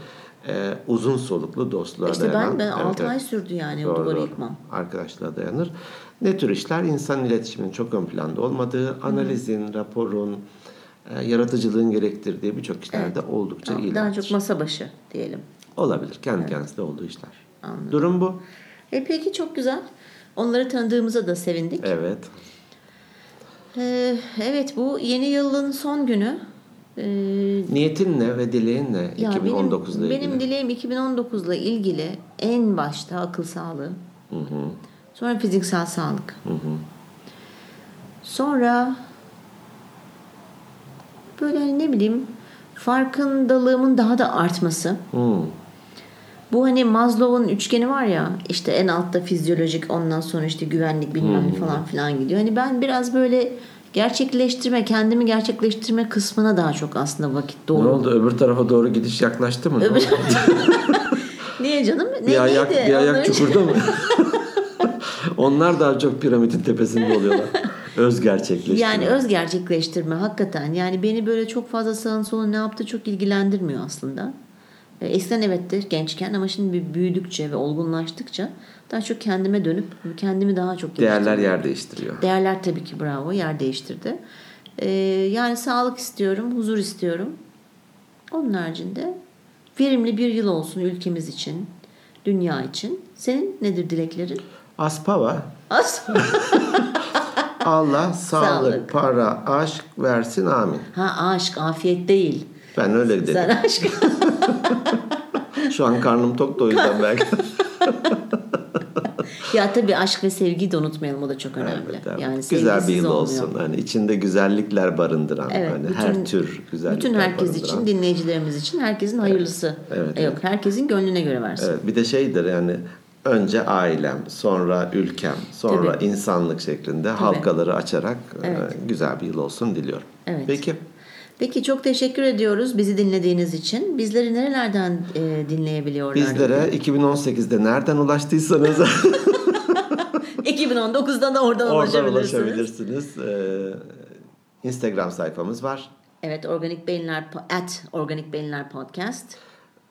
Speaker 1: e, uzun soluklu dostluğa
Speaker 2: İşte
Speaker 1: dayanan.
Speaker 2: ben, ben
Speaker 1: Evet,
Speaker 2: 6
Speaker 1: evet.
Speaker 2: ay sürdü yani o
Speaker 1: Doğru,
Speaker 2: duvarı
Speaker 1: doğru.
Speaker 2: yıkmam.
Speaker 1: Arkadaşlığa dayanır. Ne tür işler? İnsan iletişiminin çok ön planda olmadığı, analizin, raporun, e, yaratıcılığın gerektirdiği birçok işlerde oldukça
Speaker 2: Daha
Speaker 1: iyiler.
Speaker 2: çok masa başı diyelim.
Speaker 1: Olabilir. Kendi kendisine olduğu işler. Durum bu.
Speaker 2: E peki çok güzel. Onları tanıdığımıza da sevindik.
Speaker 1: Evet.
Speaker 2: Ee, evet bu yeni yılın son günü. Ee,
Speaker 1: Niyetin ne ve dileğin ne
Speaker 2: Ya
Speaker 1: 2019'la
Speaker 2: benim,
Speaker 1: ilgili?
Speaker 2: Benim dileğim 2019'la ilgili en başta akıl sağlığı. Sonra fiziksel sağlık. Sonra böyle hani ne bileyim farkındalığımın daha da artması.
Speaker 1: Hmm.
Speaker 2: Bu hani Maslow'un üçgeni var ya işte en altta fizyolojik ondan sonra işte güvenlik bilmem ne falan filan gidiyor. Hani ben biraz böyle gerçekleştirme, kendimi gerçekleştirme kısmına daha çok aslında vakit
Speaker 1: Ne
Speaker 2: doğru.
Speaker 1: oldu? Öbür tarafa doğru gidiş yaklaştı mı? Ne
Speaker 2: Öbür-
Speaker 1: oldu?
Speaker 2: Niye canım? <laughs> Ne,
Speaker 1: bir ayak,
Speaker 2: neydi?
Speaker 1: bir
Speaker 2: Onları-
Speaker 1: ayak çukurda
Speaker 2: <laughs>
Speaker 1: mı? Onlar daha çok piramidin tepesinde
Speaker 2: <laughs>
Speaker 1: oluyorlar. Öz gerçekleşti.
Speaker 2: Yani öz gerçekleştirme hakikaten. Yani beni böyle çok fazla sağın solun ne yaptığı çok ilgilendirmiyor aslında. E, Eskiden evettir gençken ama şimdi bir büyüdükçe ve olgunlaştıkça daha çok kendime dönüp kendimi daha çok
Speaker 1: değerler
Speaker 2: geliştirdim.
Speaker 1: yer değiştiriyor.
Speaker 2: Değerler tabii ki bravo yer değiştirdi. E, yani sağlık istiyorum, huzur istiyorum. Onun haricinde verimli bir yıl olsun ülkemiz için, dünya için. Senin nedir dileklerin? <laughs>
Speaker 1: Aspava
Speaker 2: Az. <laughs>
Speaker 1: Allah sağlık,
Speaker 2: Sağlık.
Speaker 1: para, aşk versin amin.
Speaker 2: ha aşk, afiyet değil.
Speaker 1: Ben öyle dedim.
Speaker 2: Sen aşk
Speaker 1: Şu an karnım tok da o yüzden
Speaker 2: <laughs>
Speaker 1: belki.
Speaker 2: Ya tabii aşk ve sevgiyi de unutmayalım o da çok önemli.
Speaker 1: Evet, evet.
Speaker 2: Yani
Speaker 1: güzel bir
Speaker 2: sevgisiz
Speaker 1: yıl
Speaker 2: olmuyor.
Speaker 1: olsun. Hani içinde güzellikler barındıran
Speaker 2: Evet,
Speaker 1: hani
Speaker 2: bütün-
Speaker 1: her tür güzellikler
Speaker 2: Bütün herkes
Speaker 1: barındıran.
Speaker 2: için, dinleyicilerimiz için herkesin hayırlısı.
Speaker 1: evet,
Speaker 2: E, Yok, herkesin gönlüne göre versin.
Speaker 1: Evet, bir de şeydir yani önce ailem, sonra ülkem, sonra
Speaker 2: Tabii.
Speaker 1: insanlık şeklinde halkaları açarak e, güzel bir yıl olsun diliyorum.
Speaker 2: Evet.
Speaker 1: Peki
Speaker 2: Peki çok teşekkür ediyoruz bizi dinlediğiniz için. Bizleri nerelerden e, dinleyebiliyorlar?
Speaker 1: bizlere 2018'de nereden
Speaker 2: <laughs>
Speaker 1: ulaştıysanız
Speaker 2: 2019'da da oradan,
Speaker 1: oradan
Speaker 2: ulaşabilirsiniz.
Speaker 1: ulaşabilirsiniz. Ee, Instagram sayfamız var.
Speaker 2: Evet, Organik Beyinler Po- at Organik Beyinler Podcast.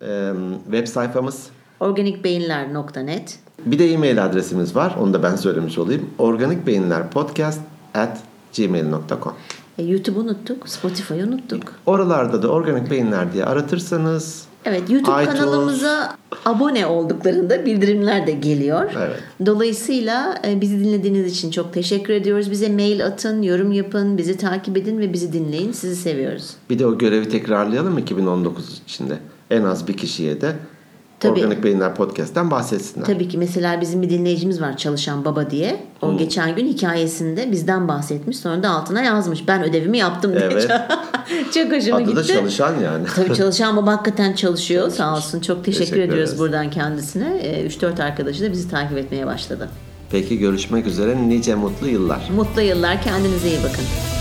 Speaker 1: Ee, web sayfamız.
Speaker 2: Organikbeyinler.net.
Speaker 1: Bir de e-mail adresimiz var. Onu da ben söylemiş olayım. Organikbeyinlerpodcast at gmail.com
Speaker 2: E, YouTube'u unuttuk, Spotify'ı unuttuk.
Speaker 1: Oralarda da Organik Beyinler diye aratırsanız
Speaker 2: Evet YouTube
Speaker 1: iTunes.
Speaker 2: kanalımıza abone olduklarında bildirimler de geliyor.
Speaker 1: Evet.
Speaker 2: Dolayısıyla e, bizi dinlediğiniz için çok teşekkür ediyoruz. Bize mail atın, yorum yapın, bizi takip edin ve bizi dinleyin. Sizi seviyoruz.
Speaker 1: Bir de o görevi tekrarlayalım 2019 içinde. En az bir kişiye de
Speaker 2: Tabii.
Speaker 1: Organik Beyinler Podcast'ten bahsetsinler.
Speaker 2: Tabii ki mesela bizim bir dinleyicimiz var çalışan baba diye. O
Speaker 1: Hmm.
Speaker 2: geçen gün hikayesinde bizden bahsetmiş. Sonra da altına yazmış. Ben ödevimi yaptım diye.
Speaker 1: Evet.
Speaker 2: <laughs> çok hoşuma
Speaker 1: Adı
Speaker 2: gitti.
Speaker 1: da çalışan yani. <laughs>
Speaker 2: Tabii çalışan baba hakikaten çalışıyor. Sağ olsun. Çok teşekkür,
Speaker 1: Teşekkür
Speaker 2: ediyoruz
Speaker 1: ederiz.
Speaker 2: buradan kendisine. E, 3-4 arkadaşı da bizi takip etmeye başladı.
Speaker 1: Peki görüşmek üzere. Nice mutlu yıllar.
Speaker 2: Mutlu yıllar. Kendinize iyi bakın.